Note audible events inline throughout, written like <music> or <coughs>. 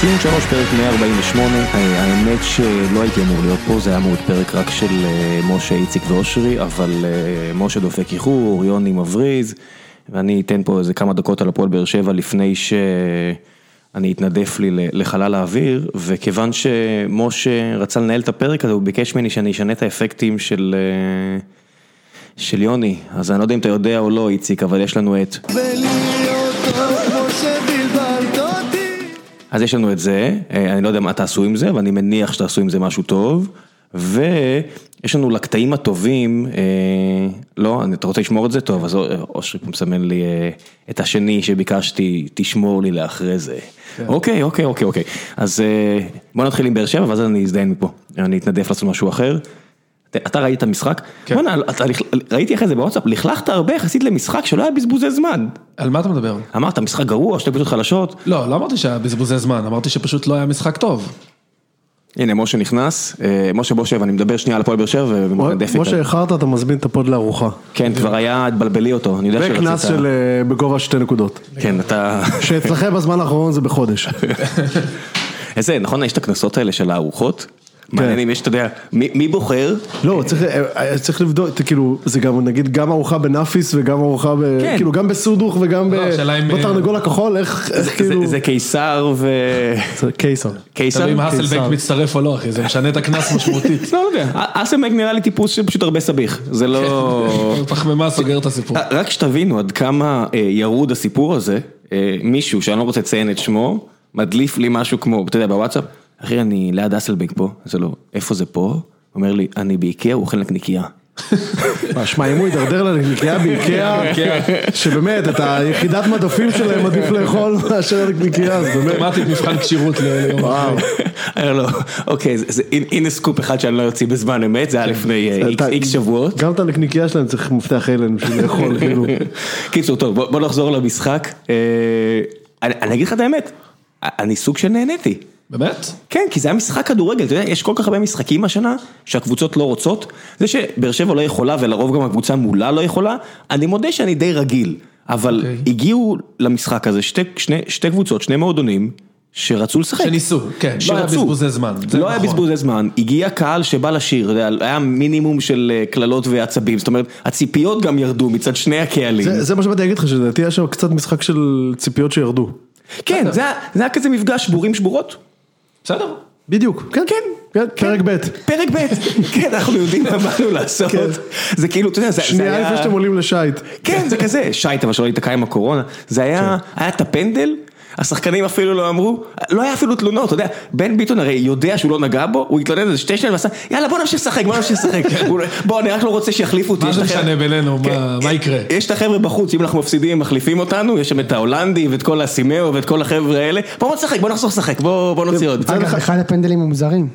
ציון 3 פרק 148, אה, האמת שלא הייתי אמור להיות פה, זה היה אמור להיות פרק רק של אה, משה, איציק ואושרי, אבל אה, משה דופק איחור, יוני מבריז, ואני אתן פה איזה כמה דקות על הפועל באר שבע לפני שאני אתנדף לי ל- לחלל האוויר, וכיוון שמשה רצה לנהל את הפרק הזה, הוא ביקש ממני שאני אשנה את האפקטים של... אה, של יוני, אז אני לא יודע אם אתה יודע או לא איציק, אבל יש לנו את ולהיות טוב כמו שבלבלת אותי אז יש לנו את זה, אה, אני לא יודע מה תעשו עם זה, אבל אני מניח שתעשו עם זה משהו טוב. ויש לנו לקטעים הטובים, אה, לא, אני- אתה רוצה לשמור את זה? טוב, אז אה, אושרי פה מסמן לי אה, את השני שביקשתי, תשמור לי לאחרי זה. אוקיי, אוקיי, אוקיי, אוקיי. אז אה, בוא נתחיל עם באר שבע, ואז אני אזדיין מפה. אני אתנדף לעשות משהו אחר. אתה- אתה ראית את המשחק? כן. בוא'נה, אתה לכ- ראיתי אחרי זה בוואטסאפ, לכלכת הרבה יחסית למשחק שלא היה בזבוזי זמן. על מה אתה מדבר? אמרת, משחק גרוע, שתי קבוצות חלשות, לא, לא אמרתי שהיה בזבוזי זמן, אמרתי שפשוט לא היה משחק טוב. הנה משה נכנס, אה, משה בושב, אני מדבר שנייה על הפועל באר שבע ומתנדף כמו איתה. שאיחרת אתה מזמין את הפוד לארוחה. כן, כבר היה, תבלבלי אותו, אני יודע שרצית. וקנס של אה, בגובה שתי נקודות. כן, אתה... <laughs> שאצלכם בזמן האחרון זה בחודש. איזה, נכון, יש את הקנסות האלה של הארוחות? כן. מעניין אם יש, אתה יודע, מי מי בוחר? לא, צריך, אה, אה, צריך לבדוק, זה כאילו, זה גם נגיד גם ארוחה בנאפיס וגם ארוחה ב... כן. כאילו גם בסודוך וגם ב... לא, השאלה אם- בתרנגול הכחול, איך איך זה- כאילו... זה קיסר ו... זה קיסר. קיסר? תלוי אם קיסר. האסלבנק מצטרף או לא, אחי, זה משנה את הקנס משמעותית. לא לא יודע. א- אסלבנק נראה לי טיפוס שפשוט הרבה סביך, זה כן. לא... פחמימה סוגר את הסיפור. אה, רק שתבינו עד כמה אה, ירוד הסיפור הזה, אה, מישהו שאני לא רוצה לציין את שמו, מדליף לי משהו כמו, אתה יודע, בוואטסאפ, אחי, אני ליד אסלבנק פה, אז זה לא, איפה זה פה? הוא אומר לי, אני באיקאה, הוא אוכל נקניקייה. <laughs> מה, שמע, אם הוא יידרדר לנקניקיה באיקאה, שבאמת, את היחידת מדפים שלהם עדיף לאכול מאשר לנקניקיה, אז באמת. אוטומטית מבחן כשירות ל- ליום וואו. אחרי. אני אומר לו, אוקיי, זה- זה- הנה- הנה סקופ אחד שאני לא יוציא בזמן אמת, זה היה לפני אה, איקס- אתה- איקס שבועות. <laughs> גם את הנקניקיה שלהם צריך מפתח הלן בשביל לאכול, כאילו. קיצור, טוב, בוא, בוא נחזור למשחק. אה, אני, אני אגיד לך את האמת, אני סוג של נהניתי. באמת? כן, כי זה היה משחק כדורגל, אתה יודע, יש כל כך הרבה משחקים השנה שהקבוצות לא רוצות, זה שבאר שבע לא יכולה ולרוב גם הקבוצה מולה לא יכולה, אני מודה שאני די רגיל, אבל okay. אוקיי. הגיעו למשחק הזה שתי, שני, שתי קבוצות, שני מועדונים, שרצו לשחק. שניסו, כן, לא היה שרצו. בזבוזי זמן, לא זה היה נכון. בזבוזי זמן, הגיע קהל שבא לשיר, אתה יודע, היה מינימום של אה, קללות ועצבים, זאת אומרת, הציפיות גם ירדו מצד שני הקהלים. זה זה מה שבאתי להגיד לך, שלדעתי היה שם קצת משחק של ציפיות שירדו. כן, זה היה- זה היה כזה מפגש שבורים שבורות. בסדר. בדיוק, כן, כן, כן, כן. פרק ב'. פרק ב', <laughs> כן, אנחנו יודעים מה באנו לעשות. כן. זה כאילו, אתה יודע, זה זה שנייה היה... לפני שאתם עולים לשייט. כן, זה כזה, שייט אבל שלא ייתקע עם הקורונה. זה היה, כן. היה את הפנדל, השחקנים אפילו לא אמרו, לא היה אפילו תלונות, אתה יודע, בן ביטון הרי יודע שהוא לא נגע בו, הוא התלונן על זה שתי שניות ועשה, יאללה בוא נמשיך לשחק, בוא נמשיך <laughs> לשחק. הוא לא- בוא, אני רק לא רוצה שיחליפו אותי. מה יש זה את החבר'ה- משנה בינינו, מה- כן, מה יקרה? יש את החבר'ה בחוץ, אם אנחנו מפסידים הם מחליפים אותנו, יש שם את ההולנדי ואת כל הסימאו ואת כל החבר'ה האלה, בוא נשחק, בוא נחזור לשחק, בוא בוא אה, נוציא עוד. אגב, אחד הפנדלים המוזרים.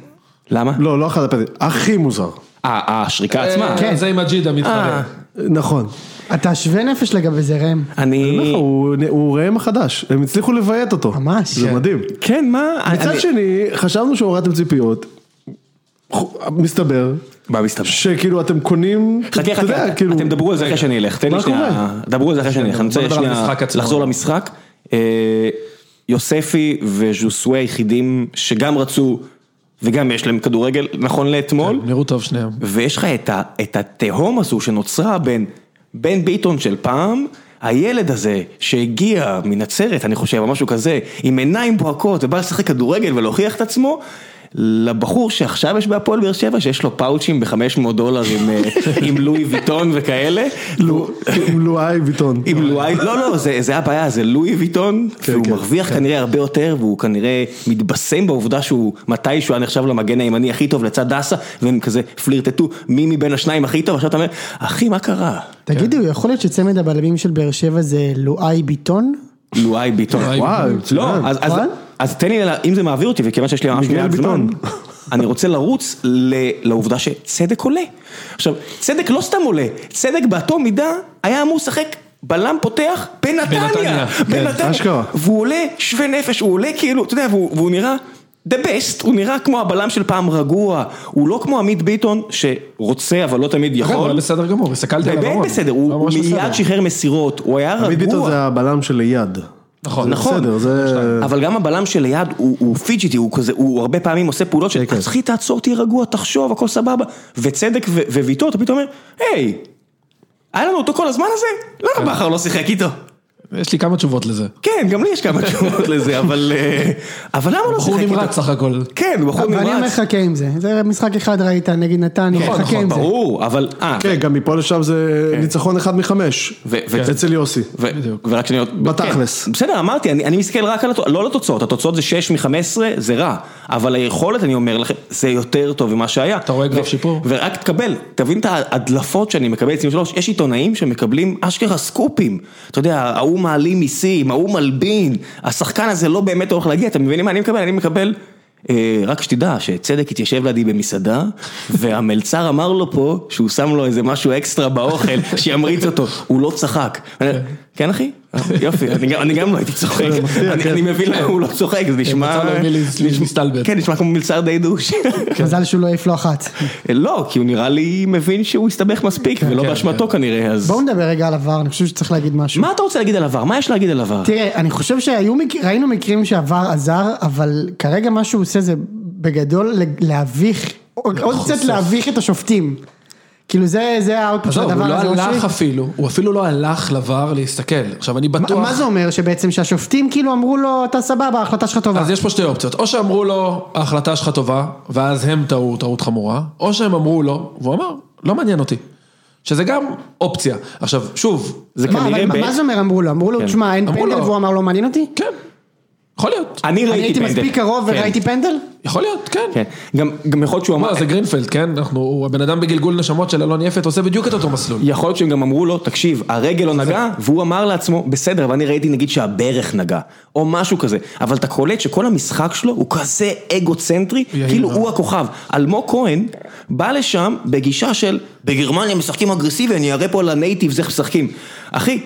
למה? לא, לא אחד הפנדלים, הכי מוזר. אה, השריקה עצמה. אה, זה עם הג'ידה אה, מתחרה. נכון. אתה שווה נפש לגבי זה, ראם. אני אני... אומר לך, הוא- הוא ראם החדש, הם הצליחו לביית אותו. ממש. זה כן. מדהים. כן, מה? אני- מצד שני, חשבנו שהורדתם ציפיות. מסתבר מה מסתבר? שכאילו אתם קונים, חכה, אתה יודע, חכה, כאילו- אתם דברו על זה אחרי שאני אלך, תן לי מה שנייה, קורה? דברו על זה אחרי שאני אלך, אני רוצה בוא נדבר על שנייה המשחק עצמו. לחזור למשחק. אה, יוספי וז'וסווה היחידים שגם רצו וגם יש להם כדורגל נכון לאתמול, נראו טוב שניהם. ויש לך את, ה, את התהום הזו שנוצרה בין בן ביטון של פעם, הילד הזה שהגיע מנצרת, אני חושב, או משהו כזה, עם עיניים בוהקות ובא לשחק כדורגל ולהוכיח את עצמו, לבחור שעכשיו יש בהפועל באר שבע, שיש לו פאוצ'ים ב-500 דולר עם, אה, <laughs> עם לואי ויטון וכאלה. לו- עם לואי ביטון. עם לואי, לא, לא, זה, זה הבעיה, זה לואי ויטון, והוא כן, מרוויח כנראה הרבה יותר, והוא כנראה מתבשם בעובדה שהוא מתישהו היה נחשב למגן הימני הכי טוב לצד דסה, והם כזה פלירטטו מי מבין השניים הכי טוב, עכשיו אתה אומר, אחי, מה קרה? תגידו, יכול להיות שצמד הבלמים של באר שבע זה לואי ביטון? לואי ביטון. לואי וואי, מצוין. לא, אז, אז, נכון? אז תן לי, לה- אם זה מעביר אותי, וכיוון שיש לי ממש מיגל מעט זמן, ביטון. אני רוצה לרוץ ל, לעובדה שצדק עולה. עכשיו, צדק לא סתם עולה, צדק באותו מידה היה אמור לשחק בלם פותח בנתניה. בנתניה, בנתניה. אשכרה. והוא עולה שווה נפש, הוא עולה כאילו, אתה יודע, והוא, והוא נראה... The best, הוא נראה כמו הבלם של פעם רגוע, הוא לא כמו עמית ביטון שרוצה אבל לא תמיד אגב, הוא יכול. היה בסדר גמור, הסתכלתי עליו באמת המון. בסדר, הוא ממש מיד בסדר. שחרר מסירות, הוא היה רגוע. עמית ביטון זה הבלם של ליד. נכון. נכון. בסדר, זה... אבל גם הבלם שליד הוא, הוא פיג'יטי, הוא כזה, הוא הרבה פעמים עושה פעולות של, כן, כן. אחי תעצור, תהיה רגוע, תחשוב, הכל סבבה, וצדק ו- וויטור, אתה פתאום אומר, היי, היה לנו אותו כל הזמן הזה? למה כן. בכר לא שיחק איתו? יש לי כמה תשובות לזה. כן, גם לי יש כמה תשובות לזה, אבל אה, אבל למה לא בחור שיחק איתו? נמרץ סך הכל. כן, הוא בחור ואני אומר נמרץ. חכה עם זה, זה משחק אחד ראית נגד נתניה, נכון, חכה נכון, עם זה. ברור, אבל, אה, כן, גם מפה לשם זה ניצחון אחד מחמש. כן. כן. ו- ו- אצל יוסי. ו- בדיוק. ורק שניות, בתכלס. כן, בסדר, אמרתי, אני, אני מסתכל רק על התוצאות, לא על התוצאות, התוצאות זה 6 מ-15, זה רע, אבל היכולת, אני אומר לכם, זה יותר טוב ממה שהיה. אתה רואה גרף שיפור? ורק תקבל, תבין את ההדלפות שאני מקבל, 23, יש עיתונאים שמקבלים אשכרה סקופים, אתה יודע, ההוא מעלים מיסים, ההוא מלבין, השחקן הזה לא באמת הולך להגיע, אתם מבינים מה אני מקבל? אני מקבל... אה, רק שתדע שצדק התיישב לידי במסעדה <laughs> והמלצר אמר לו פה שהוא שם לו איזה משהו אקסטרה באוכל שימריץ אותו, הוא לא צחק. אני אומר, כן אחי? יופי, אני גם- אני גם לא הייתי צוחק, אני אני מבין למה הוא לא צוחק, זה נשמע... כן, מצא לו מי להס- להסתלבט. כן, נשמע כמו מלצר די דוש. מזל שהוא לא העיף לו אחת. לא, כי הוא נראה לי מבין שהוא הסתבך מספיק, ולא כן, באשמתו כנראה, אז... בואו נדבר רגע על עבר, אני חושב שצריך להגיד משהו. מה אתה רוצה להגיד על עבר? מה יש להגיד על עבר? תראה, אני חושב שהיו, מק- ראינו מקרים שעבר עזר, אבל כרגע מה שהוא עושה זה בגדול ל- להביך, עוד עוד קצת להביך את השופטים. כאילו זה, זה האוטפוט של עזוב, הוא הדבר לא הזה. הלך אושרי. אפילו, הוא אפילו לא הלך לבר להסתכל. עכשיו אני מה- בטוח... מה זה אומר שבעצם שהשופטים כאילו אמרו לו, אתה סבבה, ההחלטה שלך טובה. אז יש פה שתי אופציות, או שאמרו לו, ההחלטה שלך טובה, ואז הם טעו טעות חמורה, או שהם אמרו לו, והוא אמר, לא מעניין אותי. שזה גם אופציה. עכשיו, שוב, זה מה, אבל כנראה... מה- ב- מה זה אומר אמרו לו? אמרו לו, תשמע, אין כן. אמרו פנדל, לו. והוא אמר לא מעניין אותי? כן, יכול להיות. אני אני ראיתי הייתי פנדל. מספיק קרוב כן, וראיתי פנדל? יכול להיות, כן. כן, גם- גם יכול להיות שהוא אמר... מה, זה גרינפלד, כן? אנחנו, הבן אדם בגלגול נשמות של אלון יפת עושה בדיוק את אותו מסלול. יכול להיות שהם גם אמרו לו, תקשיב, הרגל לא נגע, והוא אמר לעצמו, בסדר, אבל אני ראיתי נגיד שהברך נגע, או משהו כזה, אבל אתה קולט שכל המשחק שלו הוא כזה אגוצנטרי, יעיל כאילו מאוד. הוא הכוכב. אלמוג כהן בא לשם בגישה של, בגרמניה משחקים אגרסיבי, אני אראה פה לנייטיבס איך משחקים. אחי,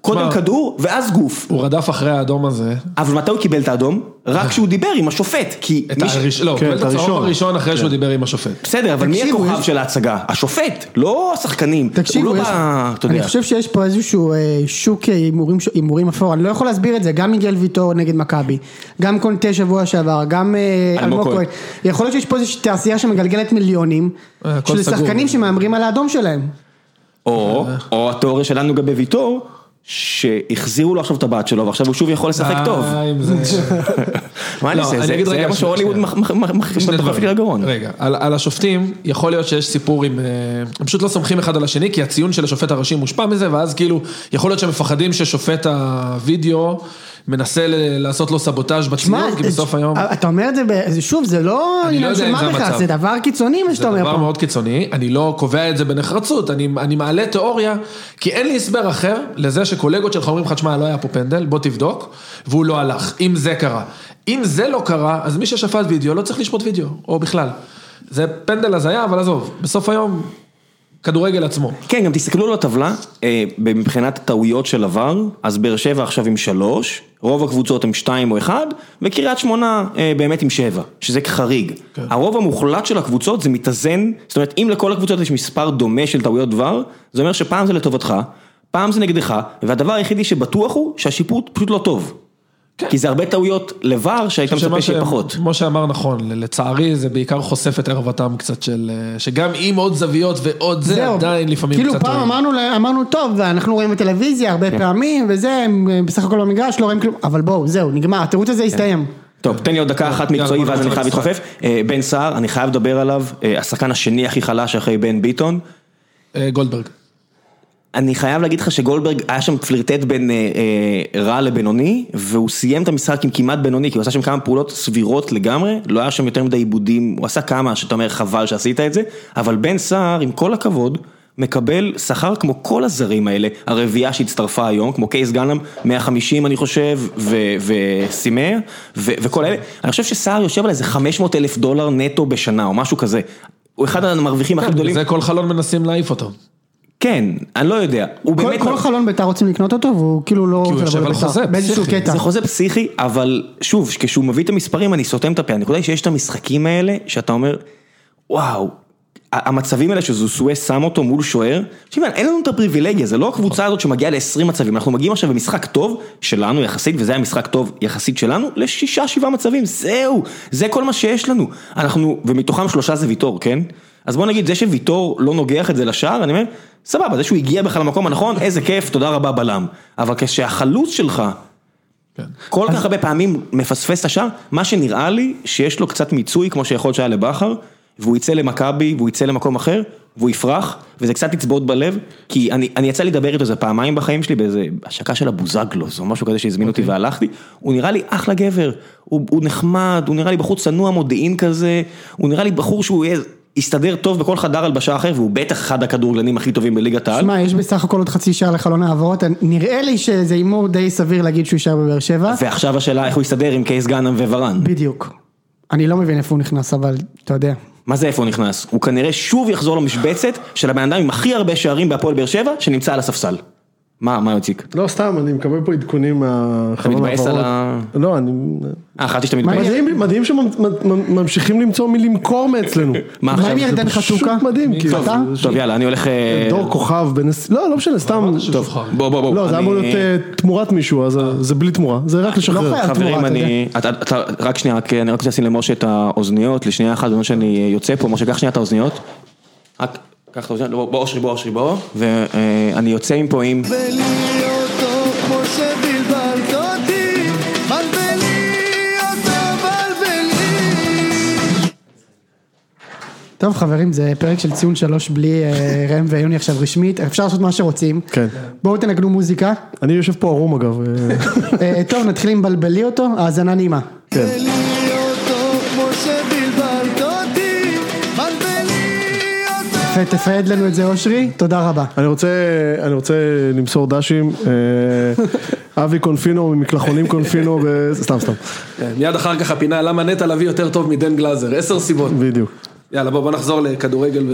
קודם שמע, כדור, ואז גוף. הוא רדף אחרי האדום הזה. אבל מתי הוא קיבל את האדום? רק כשהוא דיבר עם השופט, כי... את מי ש- הראשון, לא, הוא כן, קיבל את את הצהוב הראשון. הראשון אחרי שהוא דיבר עם השופט. בסדר, אבל מי תקשיבו, הכוכב יש- של ההצגה? השופט, לא השחקנים. תקשיבו, הוא לא יש- בא, אתה אני יודע. חושב שיש פה איזשהו אה, שוק אה, הימורים ש- הימורים אפור, אני לא יכול להסביר את זה, גם מיגל ויטור נגד מכבי, גם קונטה שבוע שעבר, גם אה, אלמוג אלמוג כהן. כהן. יכול להיות שיש פה איזושהי תעשייה שמגלגלת מיליונים, אה, הכל של סגור. שחקנים שמהמרים על האדום שלהם. או, או התיאוריה שלנו לגבי ויטור, שהחזירו לו עכשיו את הבת שלו, ועכשיו הוא שוב יכול לשחק טוב. אה, עם זה. מה אני לא, עושה? אני זה אגיד זה רגע, מה שנייה, שהוליווד שנייה. שני מחפש דברים. לי לגרון. רגע, על, על השופטים, יכול להיות שיש סיפור עם... אה, הם פשוט לא סומכים אחד על השני, כי הציון של השופט הראשי מושפע מזה, ואז כאילו, יכול להיות שהם מפחדים ששופט הווידאו מנסה ל- לעשות לו סבוטאז' מה, אה, בציון, כי בסוף היום... אתה אומר את זה, ב- זה- שוב, זה לא אני לא עניין יודע של אם מה זה בכלל, המצב. זה דבר קיצוני מה זה שאתה אומר דבר פה. מאוד קיצוני, אני לא קובע את זה בנחרצות, אני, אני מעלה תיאוריה, כי אין לי הסבר אחר לזה שקולגות שלך אומרים לך, תשמע, לא היה פה פנדל, בוא תבדוק, והוא לא הלך, אם זה קרה. אם זה לא קרה, אז מי ששפט וידאו לא צריך לשפוט וידאו, או בכלל. זה פנדל הזיה, אבל עזוב, בסוף היום, כדורגל עצמו. כן, גם תסתכלו על הטבלה, אה, מבחינת הטעויות של עבר, אז באר שבע עכשיו עם שלוש, רוב הקבוצות הם שתיים או אחד, וקריית שמונה אה, באמת עם שבע, שזה חריג. כן. הרוב המוחלט של הקבוצות זה מתאזן, זאת אומרת, אם לכל הקבוצות יש מספר דומה של טעויות דבר, זה אומר שפעם זה לטובתך, פעם זה נגדך, והדבר היחידי שבטוח הוא שהשיפוט פשוט לא טוב. כן. כי זה הרבה טעויות לבר שהיית מצפה שמה שיהיה ש- פחות. משה אמר נכון, ל- לצערי זה בעיקר חושף את ערוותם קצת של... אה, שגם עם עוד זוויות ועוד זה, זהו. עדיין לפעמים כאילו קצת... פעם טועים. אמרנו, להם- אמרנו טוב, אנחנו רואים בטלוויזיה הרבה כן. פעמים, וזה, הם אה, בסך הכל במגרש, לא רואים כלום, אבל בואו, זהו, נגמר, התירוץ כן. הזה הסתיים. טוב, תן לי עוד דקה אחת יאללה, מקצועי בוא ואז אני נעבור חייב למשחק. להתחופף. אה, בן סער, אני חייב לדבר עליו, אה, השחקן השני הכי חלש אחרי בן ביטון. אה, גולדברג. אני חייב להגיד לך שגולדברג היה שם פלירטט בין אה, אה, רע לבינוני, והוא סיים את המשחק עם כמעט בינוני, כי הוא עשה שם כמה פעולות סבירות לגמרי, לא היה שם יותר מדי עיבודים, הוא עשה כמה שאתה אומר חבל שעשית את זה, אבל בן סער, עם כל הכבוד, מקבל שכר כמו כל הזרים האלה, הרביעייה שהצטרפה היום, כמו קייס גאנם, 150 אני חושב, ו- וסימר, ו- וכל אלה, אני חושב שסער יושב על איזה 500 אלף דולר נטו בשנה, או משהו כזה. הוא אחד המרוויחים כן, הכי גדולים, זה כל חלון מנסים להעיף אותו. כן, אני לא יודע, הוא כל- באמת... כל מר- חלון בית"ר רוצים לקנות אותו, והוא כאילו לא רוצה יושב לבוא על חוזה, לבית"ר, באיזשהו פסיכי. קטע. זה חוזה פסיכי, אבל שוב, כשהוא מביא את המספרים אני סותם את הפה, הנקודה היא שיש את המשחקים האלה, שאתה אומר, וואו, ה- המצבים האלה שזוסואה שם אותו מול שוער, תשמע, אין לנו את הפריבילגיה, זה לא הקבוצה הזאת שמגיעה ל-20 מצבים, אנחנו מגיעים עכשיו במשחק טוב שלנו יחסית, וזה היה משחק טוב יחסית שלנו, לשישה שבעה מצבים, זהו, זה כל מה שיש לנו. אנחנו, ומתוכם שלושה זה ויטור, כן? אז בוא נגיד, זה שוויטור לא נוגח את זה לשער, אני אומר, סבבה, זה שהוא הגיע בכלל למקום הנכון, איזה כיף, תודה רבה בלם. אבל כשהחלוץ שלך כן. כל כך הרבה פעמים מפספס את השער, מה שנראה לי שיש לו קצת מיצוי כמו שיכול שהיה לבכר, והוא יצא למכבי, והוא יצא למקום אחר, והוא יפרח, וזה קצת יצבוט בלב, כי אני, אני יצא לי לדבר איתו איזה פעמיים בחיים שלי באיזה השקה של הבוזגלוס, או משהו כזה שהזמין אותי והלכתי, הוא נראה לי אחלה גבר, הוא, הוא נחמד, הוא נראה לי בחור צנוע מודיעין כזה, הוא נראה לי בחור שהוא יהיה... יסתדר טוב בכל חדר הלבשה אחר, והוא בטח אחד הכדורגלנים הכי טובים בליגת העל. שמע, יש בסך הכל עוד חצי שעה לחלון העברות, נראה לי שזה הימור די סביר להגיד שהוא יישאר בבאר שבע. ועכשיו השאלה איך הוא יסתדר עם קייס גאנם וורן. בדיוק. אני לא מבין איפה הוא נכנס, אבל אתה יודע. מה זה איפה הוא נכנס? הוא כנראה שוב יחזור למשבצת של הבן אדם עם הכי הרבה שערים בהפועל באר שבע, שנמצא על הספסל. מה, מה יוציק? לא, סתם, אני מקבל פה עדכונים מהחלון מתבאס על ה- לא, אני... אה, חשבתי שאתה מתבייש. מדהים, מדהים שממשיכים למצוא מי למכור <laughs> מאצלנו. מה מה עם עכשיו? ירדן זה פשוט חתוקה? מדהים, כאילו, טוב, אתה? טוב, יאללה, אני הולך... אה, דור כוכב בן... עש- לא, לא משנה, סתם... טוב, בוא, בוא, בוא. לא, זה אני- לא אמור להיות אה, תמורת מישהו, אז אה, זה בלי תמורה, זה רק לשחרר. חייב. תמורה, חברים, אתה אני... אתה- אתה- רק שנייה, רק- אני רק רוצה לשים למשה את האוזניות, לשנייה אחת, בזמן שאני אה, יוצא פה, משה, קח שנייה את האוזניות. רק, קח את האוזניות, בוא, בוא, אושרי, בוא, אושרי, בוא. ואני יוצא מפה עם... ולהיות טוב כמו שבלבלת אותי, בלבלי אותו בלבלי טוב חברים, זה פרק של ציון שלוש בלי אה, ראם ויוני עכשיו רשמית, אפשר לעשות מה שרוצים. כן. בואו תנגנו מוזיקה. אני יושב פה ערום אגב. אה, אה, טוב, נתחיל עם בלבלי אותו, האזנה נעימה. כן. ולהיות טוב כמו שבלבלת אותי, בלבלי אותו יפה, תפייד לנו את זה אושרי, תודה רבה. אני רוצה, אני רוצה למסור דשים, אה, אבי קונפינו ממקלחונים קונפינו, ו- סתם סתם, כן, מיד אחר כך הפינה, למה נטע לביא יותר טוב מדן גלאזר? עשר סיבות. בדיוק. יאללה, בוא, בוא נחזור לכדורגל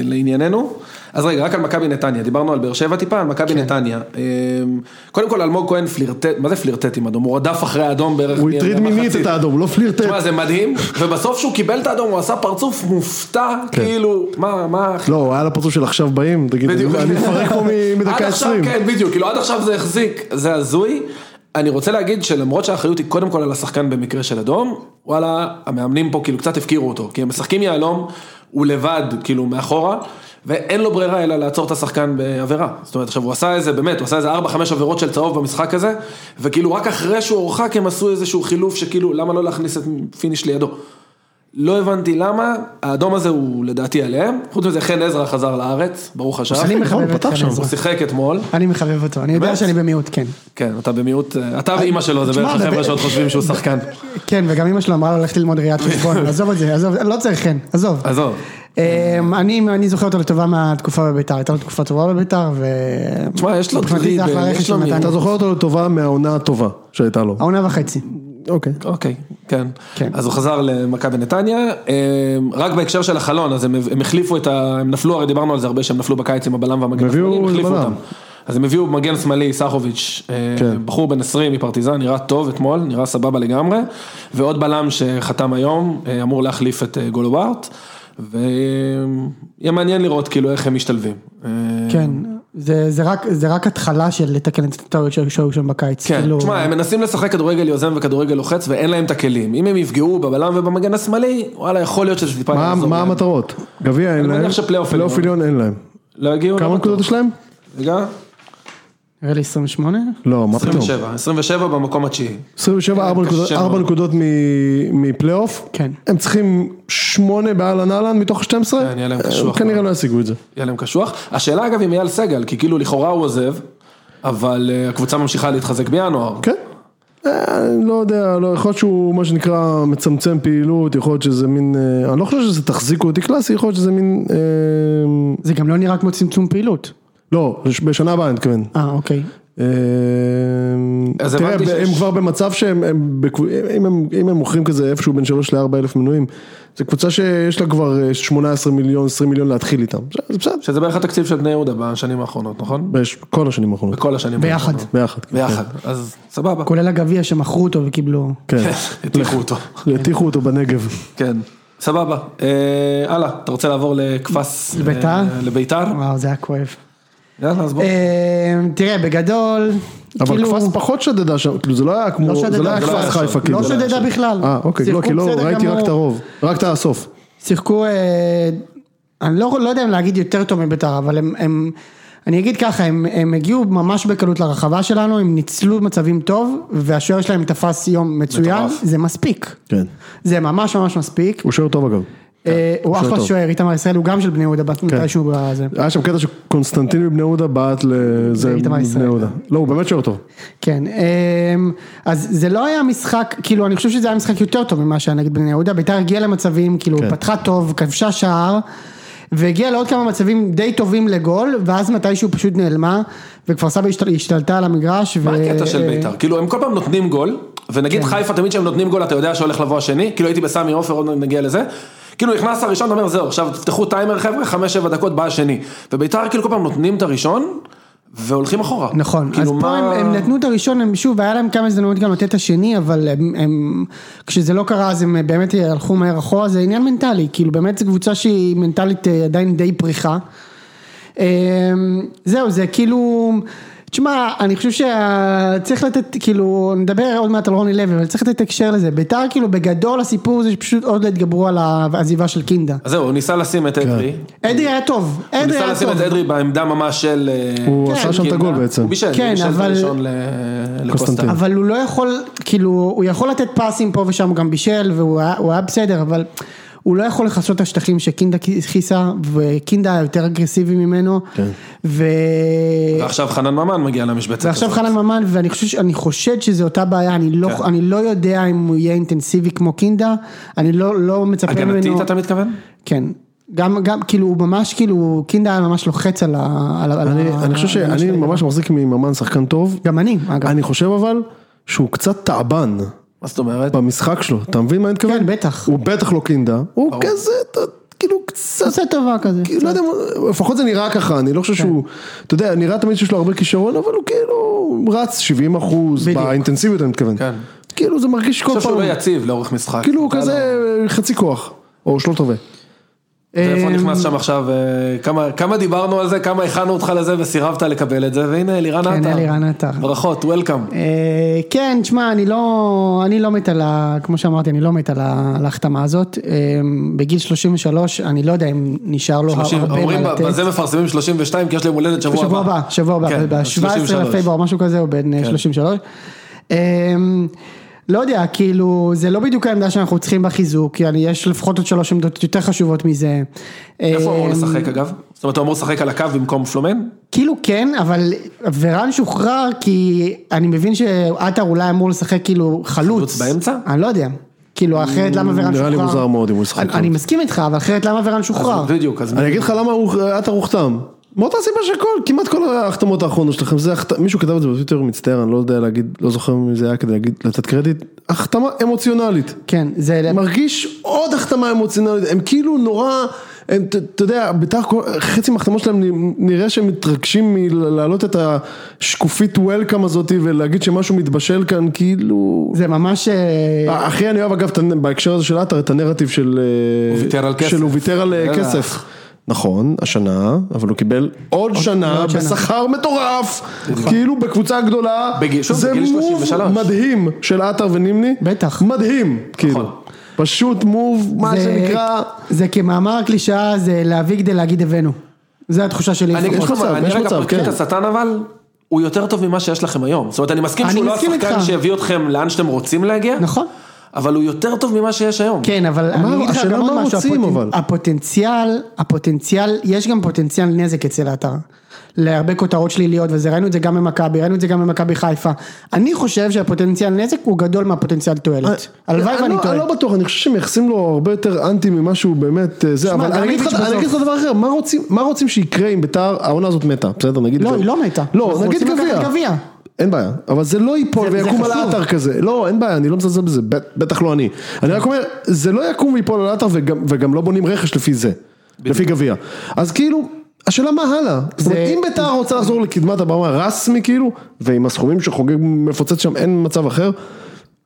ולענייננו. אז רגע, רק על מכבי נתניה, דיברנו על באר שבע טיפה, על כן. מכבי נתניה. אמ, קודם כל, אלמוג כהן פלירטט, מה זה פלירטט עם אדום? הוא רדף אחרי האדום בערך. הוא מ- הטריד מהמחצית. מינית את האדום, לא פלירטט. תשמע, זה מדהים, ובסוף שהוא קיבל את האדום, הוא עשה פרצוף מופתע, כן. כאילו, מה, מה... לא, הוא היה לפרצוף של עכשיו באים, תגיד, בדיוק. אני מפרק פה מ- עד מדקה עכשיו, 20. כן, בדיוק, כאילו עד עכשיו זה החזיק, זה הזוי. אני רוצה להגיד שלמרות שהאחריות היא קודם כל על השחקן במקרה של אדום, וואלה, המאמנים פה כאילו קצת הפקירו אותו, כי הם משחקים יהלום, הוא לבד, כאילו, מאחורה, ואין לו ברירה אלא לעצור את השחקן בעבירה. זאת אומרת, עכשיו הוא עשה איזה, באמת, הוא עשה איזה 4-5 עבירות של צהוב במשחק הזה, וכאילו רק אחרי שהוא הורחק הם עשו איזשהו חילוף שכאילו, למה לא להכניס את פיניש לידו? לא הבנתי למה, האדום הזה הוא לדעתי עליהם, חוץ מזה חן עזרא חזר לארץ, ברוך השם. אני הוא מחבב את פתח חן שם. עזרא. אה, הוא שיחק אתמול, אני מחבב אותו, אני יודע באמת? שאני במיעוט, כן. כן, אתה במיעוט, אתה ואימא שלו זה תשמע, בערך זה החבר'ה ב- שעוד חושבים שהוא שחקן. כן, וגם אמא שלו אמרה לו ללכת ללמוד ראיית <laughs> חשבון, עזוב את זה, עזוב, לא צריך חן, עזוב. עזוב. אמ, אני, אני זוכר אותו לטובה מהתקופה בביתר, הייתה לו תקופה טובה בביתר, ו... תשמע, יש לו מבחינתי זה דריבל, אחלה רכש יש של לו מילה. נתניה. אתה זוכר אותו לטובה מהעונה הטובה שהייתה לו. העונה וחצי. אוקיי. אוקיי, כן. כן. אז הוא חזר למכבי נתניה, אה, רק בהקשר של החלון, אז הם הם החליפו את ה... הם נפלו, הרי דיברנו על זה הרבה שהם נפלו בקיץ עם הבלם והמגן הביאו השמאלי, הם החליפו בלם. אותם. אז הם הביאו מגן שמאלי, סחוביץ', אה, כן. בחור בן 20 מפרטיזן, נראה טוב אתמול, נראה סבבה לגמרי, ועוד בלם שחתם היום, אה, אמור להחליף את אה, גולוברט, ויהיה מעניין לראות כאילו איך הם משתלבים. אה, כן, זה, זה, רק, זה רק התחלה של לתקן את הטעויות שהיו שם בקיץ. כן, כאילו, תשמע, הם מנסים לשחק כדורגל יוזם וכדורגל לוחץ, ואין להם את הכלים. אם הם יפגעו בבלם ובמגן השמאלי, וואלה, יכול להיות שזה טיפה מה- יעזור מה להם. המטרות? גביע אין לא אני להם, מניח שפלייאוף פלייאוף עליון. עליון אין להם. לא יגיעו? כמה לא נקודות בטוח. יש להם? רגע, נראה לי 28? לא, מה פתאום. 27, 27 במקום התשיעי. 27, 4 נקודות, כן, קשה 4 מאוד. נקודות מ- מפלייאוף. כן. הם צריכים 8 באהלן אהלן מתוך ה-12? כן, יהיה להם קשוח. כנראה לא ישיגו את זה. יהיה להם קשוח. השאלה אגב עם אייל סגל, כי כאילו לכאורה הוא עוזב, אבל אה, הקבוצה ממשיכה להתחזק בינואר. כן. אה, אני לא יודע, לא, יכול להיות שהוא מה שנקרא מצמצם פעילות, יכול להיות שזה מין, אה, אני לא חושב שזה תחזיקו אותי קלאסי, יכול להיות שזה מין, אה, זה גם לא נראה כמו צמצום פעילות. לא, בש- בשנה הבאה אני מתכוון. אה, אוקיי. אה, אז תראה, הבנתי הם שיש- כבר במצב שהם, הם בקו- אם הם- אם הם מוכרים כזה איפשהו בין 3 ל-4 אלף מנויים, זו קבוצה שיש לה כבר אה, 18 מיליון, 20 מיליון להתחיל איתם, זה בסדר, שזה בערך התקציב של בני יהודה בשנים האחרונות, נכון? בכל השנים האחרונות, בכל השנים ביחד. האחרונות. ביחד. כן. ביחד, אז סבבה. כולל הגביע שמכרו אותו וקיבלו... כן, <laughs> הטיחו אותו. הטיחו אותו בנגב. כן. סבבה. אה, הלאה, אתה רוצה לעבור לקפס... לביתר? אה, לביתר? כן. וואו, זה היה כואב. יאללה, אז בוא. אה, תראה, בגדול, אבל כאילו... קפס פחות שדדה שם, כאילו זה לא היה כמו, לא זה לא שדדה, היה לא קפס היה חיפה שם. כאילו. לא שדדה בכלל. אה, אוקיי, לא, שיחקו כי לא, בסדר ראיתי גמור. רק את הרוב, רק את הסוף. שיחקו, אה, אני לא, לא יודע אם להגיד יותר טוב מביתר, אבל הם, הם, אני אגיד ככה, הם, הם הגיעו ממש בקלות לרחבה שלנו, הם ניצלו מצבים טוב, והשוער שלהם תפס יום מצוין, מטורף. זה מספיק. כן. זה ממש ממש מספיק. הוא שוער טוב אגב. אה, הוא שוער אחלה טוב. שוער, איתמר ישראל הוא גם של בני יהודה, כן. מתישהו בזה. היה שם קטע שקונסטנטין מבני יהודה בעט לזה לאיתמר מבני ישראל. יהודה. לא, הוא באמת שוער טוב. כן, אמ, אז זה לא היה משחק, כאילו אני חושב שזה היה משחק יותר טוב ממה שהיה נגד בני יהודה, ביתר הגיעה למצבים, כאילו כן. כן. פתחה טוב, כבשה שער, והגיעה לעוד כמה מצבים די טובים לגול, ואז מתישהו פשוט נעלמה, וכפר סבא השתל, השתלטה על המגרש. מה אה, הקטע של ביתר? כאילו, הם כל פעם נותנים גול, כן. ונגיד חיפה, תמיד כשהם נותנים גול, אתה יודע שהולך לבוא השני, כאילו הייתי בסמי עופר, עוד מעט נגיע לזה. כאילו נכנס הראשון, אתה אומר זהו, עכשיו תפתחו טיימר חבר'ה, חמש שבע דקות בא השני. וביתר כאילו כל פעם נותנים את הראשון, והולכים אחורה. נכון, אז כאילו, פה מה- הם, הם נתנו את הראשון, הם שוב, היה להם כמה הזדמנויות גם לתת את השני, אבל הם, הם, כשזה לא קרה אז הם באמת הלכו מהר אחורה, זה עניין מנטלי, כאילו באמת זו קבוצה שהיא מנטלית אה, עדיין די פריחה. אה, זהו, זה כאילו, תשמע, אני חושב שצריך לתת, כאילו, נדבר עוד מעט על רוני לוי, אבל צריך לתת הקשר לזה, ביתר כאילו בגדול הסיפור זה שפשוט עוד לא התגברו על העזיבה של קינדה. אז זהו, הוא ניסה לשים כן. את אדרי. אדרי היה טוב, הוא אדרי ניסה היה לשים טוב. את אדרי בעמדה ממש של... אה, הוא כן, עשה שם את גינה. הגול בעצם. הוא בישל, כן, הוא בישל את אבל- הראשון ל- לקוסטה. קוסטנטין. אבל הוא לא יכול, כאילו, הוא יכול לתת פסים פה ושם, הוא גם בישל, והוא היה, הוא היה בסדר, אבל הוא לא יכול לכסות את השטחים שקינדה כיסה, וקינדה היה יותר אגרסיבי ממנו. כן. ו... ועכשיו חנן ממן מגיע למשבצת ועכשיו הזאת. חנן ממן, ואני חושב, ש- אני חושד שזה אותה בעיה, אני לא, כן. אני לא יודע אם הוא יהיה אינטנסיבי כמו קינדה, אני לא, לא מצפה ממנו. הגנתית אתה מתכוון? כן. גם, גם, כאילו, הוא ממש, כאילו, קינדה היה ממש לוחץ על ה... על, ה- על אני- ה- אני חושב על שאני השטח. ממש מחזיק מממן שחקן טוב. אה, גם אני, אגב. אני חושב אבל שהוא קצת תעבן מה זאת אומרת? במשחק שלו, אתה מבין מה אני מתכוון? כן, בטח. הוא בטח לא קינדה, הוא כזה, אתה- כאילו קצת... עושה טובה כזה. כאילו, לא יודע, לפחות זה נראה ככה, אני כן. לא חושב שהוא, אתה יודע, נראה תמיד שיש לו הרבה כישרון, אבל הוא כאילו רץ 70 אחוז, בדיוק. באינטנסיביות אני מתכוון. כן. כאילו זה מרגיש כל אני חושב שהוא פעם, לא נכון. יציב לאורך משחק. כאילו הוא אתה יודע, כזה חצי כוח, או שלא טובה. ואיפה אמ, נכנס שם עכשיו, אה, כמה- כמה דיברנו על זה, כמה הכנו אותך לזה וסירבת לקבל את זה, והנה אלירן עטר. כן, אלירן עטר. ברכות, וולקאם. אה, כן, תשמע, אני לא, אני לא מת על ה... כמו שאמרתי, אני לא מת על ה- על ההחתמה הזאת. אה, בגיל 33, אני לא יודע אם נשאר לו הרבה אומרים, מה לתת. בזה מפרסמים 32 כי יש להם הולדת שבוע הבא. שבוע הבא, שבוע הבא, כן, ב-17 33. לפברואר, משהו כזה, הוא בן אה, 33. אה, לא יודע, כאילו, זה לא בדיוק העמדה שאנחנו צריכים בחיזוק, כי אני- יש לפחות עוד שלוש עמדות יותר חשובות מזה. איפה הוא אמור אה, לשחק אגב? זאת אומרת, הוא אמור לשחק על הקו במקום פלומן? כאילו כן, אבל ורן שוחרר כי אני מבין שעטר אולי אמור לשחק כאילו חלוץ. חלוץ באמצע? אני לא יודע. כאילו אחרת למה ורן שוחרר? נראה לי מוזר מאוד אם הוא ישחק אני- חלוץ. אני מסכים איתך, אבל אחרת למה ורן שוחרר? בדיוק, אז אני אגיד לך למה הוא- עטר הוחתם. מאותה סיבה שכל, כמעט כל ההחתמות האחרונות שלכם, זה החת- מישהו כתב את זה בטוויטר, מצטער, אני לא יודע להגיד, לא זוכר אם זה היה כדי להגיד, לתת קרדיט, החתמה אמוציונלית. כן, זה... מרגיש עוד החתמה אמוציונלית, הם כאילו נורא, הם, ת- אתה יודע, ביתר, כל- חצי מההחתמות שלהם נ- נראה שהם מתרגשים מלהעלות את השקופית וולקאם הזאת ולהגיד שמשהו מתבשל כאן, כאילו... זה ממש... אה, אה, אחי אני אוהב אגב את הנ- בהקשר הזה של עטר את הנרטיב של אה, הוא ויתר על כסף. של הוא ויתר על אה, בטח. כסף. נכון, השנה, אבל הוא קיבל עוד שנה עוד שנה. בשכר מטורף, כאילו בקבוצה הגדולה, נכון. בגיל- שוב, זה בגיל מוב 33. מדהים של עטר ונימני, בטח. מדהים, נכון. כאילו, פשוט מוב, מה זה- שנקרא, זה כמאמר הקלישאה זה להביא כדי להגיד הבאנו. זה התחושה שלי. אני אגיד לפחות. לך מצב, מה, אני יש רגע מצב, פותחים את כן. השטן אבל, הוא יותר טוב ממה שיש לכם היום. זאת אומרת, אני מסכים אני שהוא לא מסכים השחקן איתך. שיביא אתכם לאן שאתם רוצים להגיע, נכון. אבל הוא יותר טוב ממה שיש היום. כן, אבל אמרנו, אני אגיד לך השאלה גם עוד מה משהו, רוצים, הפוטנ- אבל. הפוטנציאל, הפוטנציאל, יש גם פוטנציאל נזק אצל האתר. להרבה כותרות שליליות וזה, ראינו את זה גם במכבי, ראינו את זה גם במכבי חיפה. אני חושב שהפוטנציאל נזק הוא גדול מהפוטנציאל תועלת. הלוואי אני ואני לא- טועה. אני לא בטוח, אני חושב שמייחסים לו הרבה יותר אנטי ממה שהוא באמת אה, זה, שמע, אבל גם אני אגיד לך איביץ' אני אגיד לך בסוף. דבר אחר, מה רוצים- מה רוצים שיקרה אם ביתר, העונה הזאת מתה, בסדר נגיד, את לא, זה. היא לא מתה. לא, אנחנו נגיד רוצים לקחת גביע, גביע. אין בעיה, אבל זה לא ייפול זה- זה ויקום על חשוב. האתר כזה, לא אין בעיה, אני לא מזלזל בזה, בט- בטח לא אני, אני רק אומר, זה לא יקום ויפול על האתר וגם- וגם לא בונים רכש לפי זה, לפי גביע, אז כאילו, השאלה מה הלאה, זאת אומרת, אם ביתר רוצה לחזור לקדמת הבמה רסמי כאילו, ועם הסכומים שחוגג מפוצץ שם אין מצב אחר,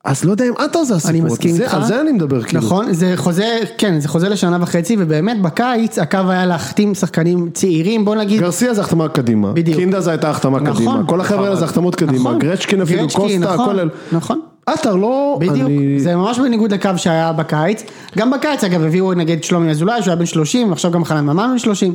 אז לא יודע אם אתה זה הסיפור. אני מסכים זה- איתך. על זה אני מדבר, כאילו. נכון, זה חוזה, כן, זה חוזה לשנה וחצי, ובאמת בקיץ הקו היה להחתים שחקנים צעירים, בוא נגיד, גרסיה זה החתמה קדימה, בדיוק. קינדה זה הייתה החתמה נכון. קדימה, כל החבר'ה האלה זה החתמות קדימה, נכון. גרצ'קין אפילו, גרצ'קין, קוסטה, נכון, כל אלה. נכון. עטר לא, בדיוק, אני- זה ממש בניגוד לקו שהיה בקיץ, גם בקיץ אגב הביאו נגיד שלומי אזולאי שהוא היה בן 30, עכשיו גם חנן ממן בן 30,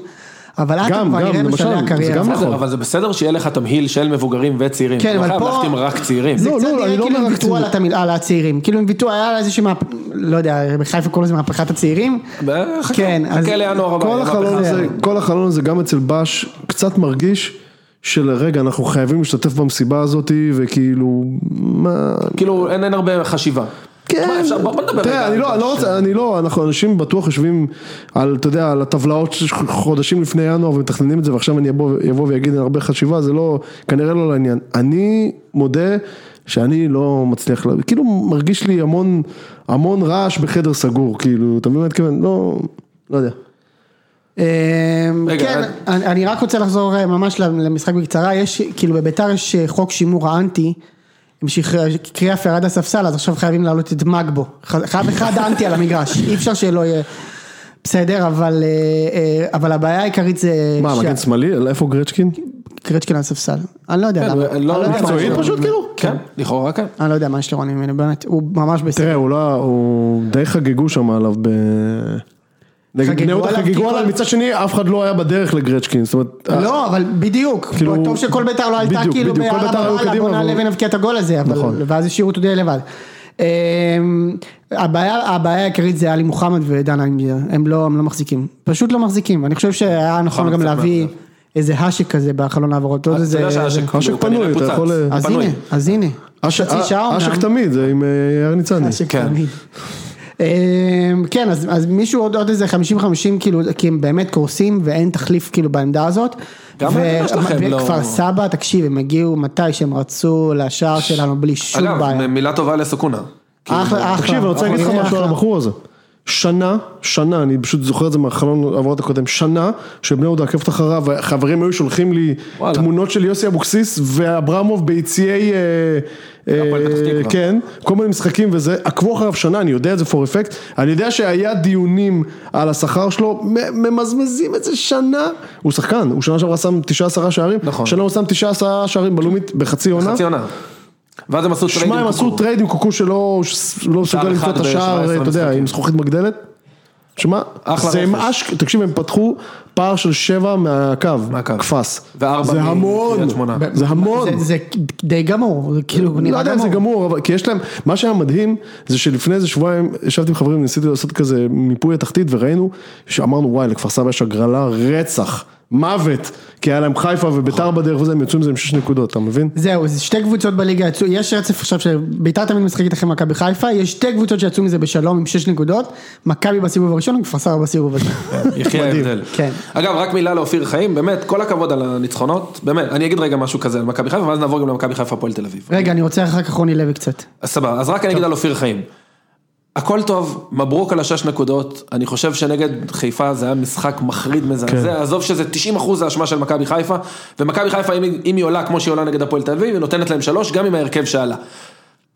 אבל עטר גם, כבר גם, נראה למשל, בשלהי זה הקריירה. גם זה- נכון. בסדר, אבל זה בסדר שיהיה לך תמהיל של מבוגרים וצעירים. כן, אתה אבל לא חייב פה- להחתים רק צעירים. זה לא, קצת לא, נראה אני לא כאילו אומר הם רק ויתרו על התמיל- על הצעירים, כאילו הם ויתרו, היה איזושהי מהפ... לא יודע, בחיפה קוראים לזה מהפכת הצעירים. ב- אה, חכה, כן, אז- חכה לינואר הבא. כל יהיה החלון מהפכה. הזה, כל החלון הזה גם אצל בש קצת מרגיש של רגע אנחנו חייבים להשתתף במסיבה הזאת וכאילו מה, כאילו אין אין הרבה חשיבה. כן, מה, אפשר- בוא בוא נדבר תראה, רגע. אני לא, אני לא רוצה, אני לא, אנחנו אנשים בטוח יושבים על, אתה יודע, על הטבלאות ש- חודשים לפני ינואר ומתכננים את זה, ועכשיו אני אבוא, אבוא ויגיד אין הרבה חשיבה, זה לא, כנראה לא לעניין. אני מודה שאני לא מצליח, לה- כאילו מרגיש לי המון, המון רעש בחדר סגור, כאילו, אתה מבין מה אני מתכוון? לא, לא יודע. אמ, רגע, כן, אז- אני אני רק רוצה לחזור אה, ממש למשחק בקצרה, יש, כאילו בביתר יש אה, חוק שימור האנטי, עם שחרר- קריאה פרד הספסל, אז עכשיו חייבים להעלות את מגבו, ח- חייב אחד אנטי על המגרש, אי אפשר שלא יהיה, בסדר, אבל, אה, אה, אבל הבעיה העיקרית זה, מה, מגן שמאלי? על איפה גרצ'קין? קרצ'קין על הספסל, אני לא יודע כן, למה, לא- אני לא יודע מה מקצועי יש לרוני פשוט, ממנו. כאילו? כן, לכאורה כן. אני לא יודע מה יש לרוני ממנו, באמת, הוא ממש בסדר. תראה, הוא לא, הוא די חגגו שם עליו ב... נגד חגגו בני יהודה עליו חגגו כי עליו, כל- מצד שני אף אחד לא היה בדרך לגרצ'קין, זאת אומרת... לא, אבל בדיוק, אה, כאילו- טוב שכל ביתר לא עלתה בדיוק, כאילו בדיוק, כל ביתר היו בעלה, קדימה, בוא נעלה אבל- ונבקיע את הגול הזה, אבל, נכון. ואז השאירו את אודיה לבד. אמ, הבעיה הבעיה העיקרית זה עלי מוחמד ודן איימביר, הם לא הם לא מחזיקים, פשוט לא מחזיקים, אני חושב שהיה נכון מוחמד גם קצת כן. להביא איזה האשיק כזה בחלון העברות, עוד אתה איזה... יודע שהאשק האשק הוא פנוי, כנראה אתה פוצץ. יכול, אה, אז פנוי. הנה, אז הנה, חצי שעה אשק אומנם. תמיד, זה עם אה, יאיר ניצני. אשק כן. תמיד. אמ, כן, אז, אז מישהו עוד, עוד איזה 50-50 כאילו, כי הם באמת קורסים ואין תחליף כאילו בעמדה הזאת. גם העמדה שלכם לא- וכפר סבא, תקשיב, הם הגיעו מתי שהם רצו לשער שלנו בלי שום אגב, בעיה. מ- מילה טובה לסוכונה. אחלה, אחלה. תקשיב, אני רוצה להגיד לך נראה משהו על אחלה. הבחור הזה. שנה, שנה, אני פשוט זוכר את זה מהחלון העברות הקודם, שנה שבני יהודה עקבת אחריו, החברים היו שולחים לי וואלה. תמונות של יוסי אבוקסיס ואברמוב ביציעי, אה, אה, הפועל פתח תקווה. כן, כל מיני משחקים וזה, עקבו אחריו שנה, אני יודע את זה for effect, אני יודע שהיה דיונים על השכר שלו, מ- ממזמזים את זה שנה, הוא שחקן, הוא שנה שעברה שם 19 שערים, נכון. שנה הוא שם 19 שערים בלאומית בחצי עונה, חצי עונה. ואז הם עשו טרייד שמע, עם הם עשו קוקו. טרייד עם קוקו שלא שלא מסוגל למצוא אחד את השער, ב-17 אתה יודע, משחקים. עם זכוכית מגדלת. שמע, אחלה זה הם רכש. אש... תקשיב, הם פתחו פער של שבע מהקו, מהקו. קפס. וארבע זה מקריית המון, שמונה. זה המון. זה, זה די גמור, זה כאילו לא נראה יודע אם זה גמור. גמור, אבל כי יש להם, מה שהיה מדהים זה שלפני איזה שבועיים ישבתי עם חברים, ניסיתי לעשות כזה מיפוי התחתית וראינו שאמרנו וואי לכפר סבא יש הגרלה רצח, מוות, כי היה להם חיפה וביתר נכון. בדרך וזה, הם יצאו עם זה עם שש נקודות, אתה מבין? זהו, זה שתי קבוצות בליגה יצאו, יש רצף עכשיו שביתר תמיד משחקת אחרי מכבי חיפה, יש שתי קבוצות שיצאו מזה בשלום עם שש נקודות, מכבי בסיבוב הראשון וכפר סבא בסיבוב <laughs> הזה. יחי ההבדל. כן. אגב, רק מילה לאופיר חיים, באמת, כל הכבוד על הניצחונות, באמת, אני אגיד רגע משהו כזה על מכבי חיפה, ואז נעבור גם למכבי חיפה הפועל תל אביב. רגע, אני רוצה אחר כך רוני לוי קצת. אז סבבה, אז רק אני אגיד על אופיר חיים. הכל טוב, מברוק על השש נקודות, אני חושב שנגד חיפה זה היה משחק מחריד מזעזע, עזוב שזה 90% זה אשמה של מכבי חיפה, ומכבי חיפה אם היא- אם היא עולה כמו שהיא עולה נגד הפועל תל אביב, היא נותנת להם שלוש גם עם ההרכב שעלה.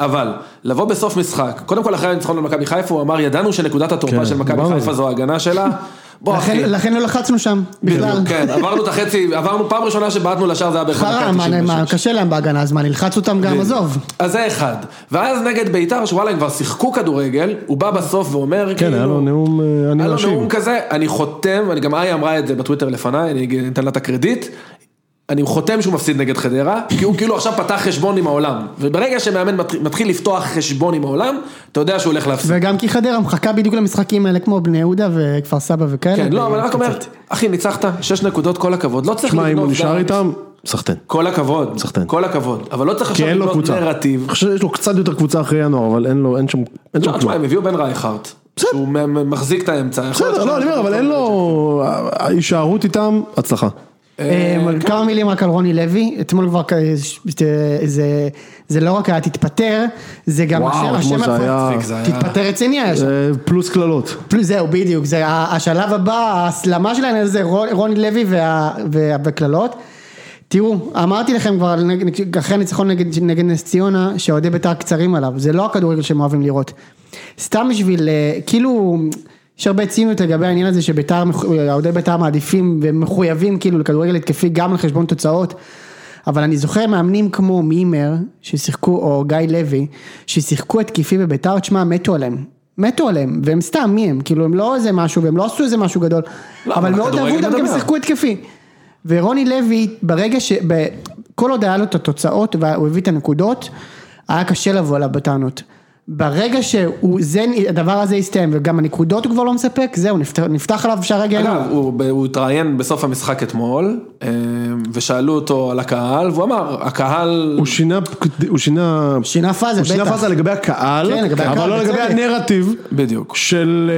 אבל, לבוא בסוף משחק, קודם כל אחרי הניצחון על מכבי חיפה, הוא אמר ידענו שנקודת התורפה כן, של מכבי דיברנו על חיפה זו ההגנה שלה, בוא אחי. לכן, לכן לא לחצנו שם, בכלל. בדיוק, כן, עברנו את החצי, עברנו פעם ראשונה שבעטנו לשער זה היה בערך חרא, מה- מה, קשה להם בהגנה, אז מה, נלחץ אותם גם, עזוב. כן. אז זה אחד. ואז נגד ביתר, שוואלה, הם כבר שיחקו כדורגל, הוא בא בסוף ואומר, כאילו, כן, כאילו- היה לו נאום, אה, אני היה לו מאשים. נאום כזה, אני חותם, אני גם איה אמרה את זה בטוויטר לפניי, אני אגיד- אתן לה את הקרדיט. אני חותם שהוא מפסיד נגד חדרה, כי הוא כאילו עכשיו פתח חשבון עם העולם. וברגע שמאמן מתחיל- מתחיל לפתוח חשבון עם העולם, אתה יודע שהוא הולך להפסיד. וגם כי חדרה מחכה בדיוק למשחקים האלה כמו בני יהודה וכפר סבא וכאלה. כן, לא, אבל אני רק וקצת. אומר, אחי, ניצחת, שש נקודות, כל הכבוד, לא צריך שמע, אם הוא לגנוב נשאר דעת. איתם, סחטיין. כל הכבוד, סחטיין. כל הכבוד, אבל לא צריך כי עכשיו אין לו לבנות קבוצה. נרטיב. אני חושב שיש לו קצת יותר קבוצה אחרי ינואר, אבל אין לו, אין שם, אין שם לא, כלום. תשמע, הם הביאו בן רייכרט, שהוא מ- מ- מחזיק את האמצע. יכול להיות בסדר, לא, שלא- אני אומר, אבל אין לו, ההישארות איתם, הצלחה. אה, כן. כמה מילים רק על רוני לוי, אתמול כבר כ- אה, זה- זה- זה לא רק היה תתפטר, זה גם וואו, השם, אתמול השם זה היה- הפרצ- מצחיק, זה היה- תתפטר רציני היה שם. אה, פלוס קללות. פלוס זהו בדיוק, זה ה- השלב הבא, ההסלמה שלהם זה רון- רוני לוי וה- וה- והקללות. תראו, אמרתי לכם כבר על נג- אחרי הניצחון נגד, נגד נס ציונה, שאוהדי בית"ר קצרים עליו, זה לא הכדורגל שהם אוהבים לראות. סתם בשביל, אה, כאילו, יש הרבה ציניות לגבי העניין הזה שבית"ר, מח- אוהדי בית"ר מעדיפים ומחויבים כאילו לכדורגל התקפי גם על חשבון תוצאות. אבל אני זוכר מאמנים כמו מימר, ששיחקו, או גיא לוי, ששיחקו התקיפי בביתר, תשמע, מתו עליהם. מתו עליהם, והם סתם, מי הם? כאילו, הם לא איזה משהו, והם לא עשו איזה משהו גדול. לא, אבל אבל מאוד הכדורגל אהבו אותם, כי הם מדבר. שיחקו התקפי. ורוני לוי, ברגע ש... ב... כל עוד היה לו את התוצאות, והוא הביא את הנקודות, היה קשה לבוא אליו בטענות. ברגע שהוא, זה, הדבר הזה הסתיים, וגם הנקודות הוא כבר לא מספק, זהו, נפתח, נפתח עליו שער הגנה. אגב, הוא הוא התראיין בסוף המשחק אתמול, אה, ושאלו אותו על הקהל, והוא אמר, הקהל... הוא שינה, הוא שינה, שינה פאזה, הוא בטח. שינה פאזה לגבי הקהל, כן, לגבי אבל הקהל, לא לגבי בצדק. הנרטיב. בדיוק. של...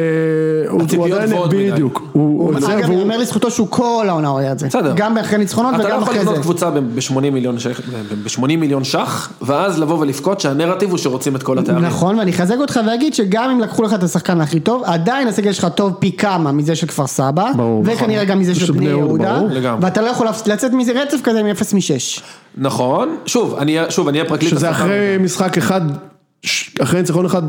אה, הוא- הוא הציפיות עדיין, גבוהות מדי. בדיוק, הוא הוא עוצר אגב, והוא- ייאמר לזכותו שהוא כל העונה הוא היה את זה. בסדר. גם אחרי ניצחונות אתה לא וגם יכול אחרי לבנות זה. קבוצה ב-80 מיליון, ש"ח- ב- 80 מיליון ש"ח, ואז לבוא ולבכות שהנרטיב הוא שרוצים את כל התארים. נכון, ואני אחזק אותך ואגיד שגם אם לקחו לך את השחקן הכי טוב, עדיין הסגל שלך טוב פי כמה מזה של כפר סבא, ברור, וכנראה נכון. גם מזה של בני יהודה, ברור. לגמרי. ואתה לא יכול לצאת מזה רצף כזה מ-0 מ-6. נכון, שוב, אני אהיה- שוב, אני אהיה פרקליט. שזה השכר. אחרי משחק אחד, ש- אחרי ניצחון אחד,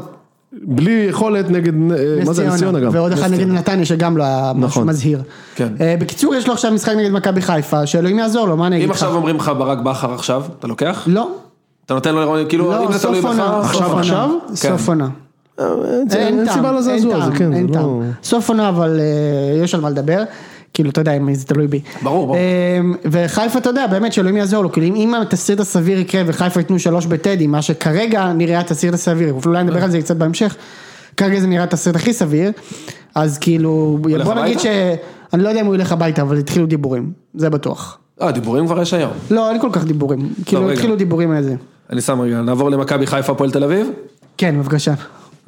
בלי יכולת נגד, אה, מה זה, נס ציונה גם. ועוד נס אחד נגד ציונה. נתניה שגם לא היה משהו נכון. מזהיר. כן. אה, בקיצור, יש לו עכשיו משחק נגד מכבי חיפה, שאלוהים יעזור לו, מה אני אגיד אם לך? עכשיו אומרים לך ברק בכר עכשיו, אתה לוקח? לא, אתה נותן לו לרוני, כאילו, אם לא, זה תלוי בך, סוף עונה. סוף עכשיו, עונה. עכשיו? סוף כן. עונה. אה, אין- אין אין טעם, סיבה אין לזעזוע הזה, טעם, כן. אין זה טעם. לא- סוף עונה, אבל אה, יש על מה לדבר. כאילו, אתה יודע, אם זה תלוי בי. ברור, ברור. אה, וחיפה, אתה יודע, באמת, שאלוהים יעזור לו. כאילו, אם- אם התסריט הסביר יקרה וחיפה ייתנו שלוש בטדי, מה שכרגע נראה התסריט הסביר, אה. אולי נדבר על זה קצת בהמשך, כרגע זה נראה התסריט הכי סביר, אז כאילו, הולך בוא נגיד ש... הביתה? אני לא יודע אם הוא ילך הביתה, אבל התחילו דיבורים, זה בטוח. אה, דיבורים כבר יש היום. לא, אין כל כך דיבורים. כאילו, רגע. התחילו דיבורים על זה. אני שם רגע, נעבור למכבי חיפה הפועל תל אביב? כן, בבקשה.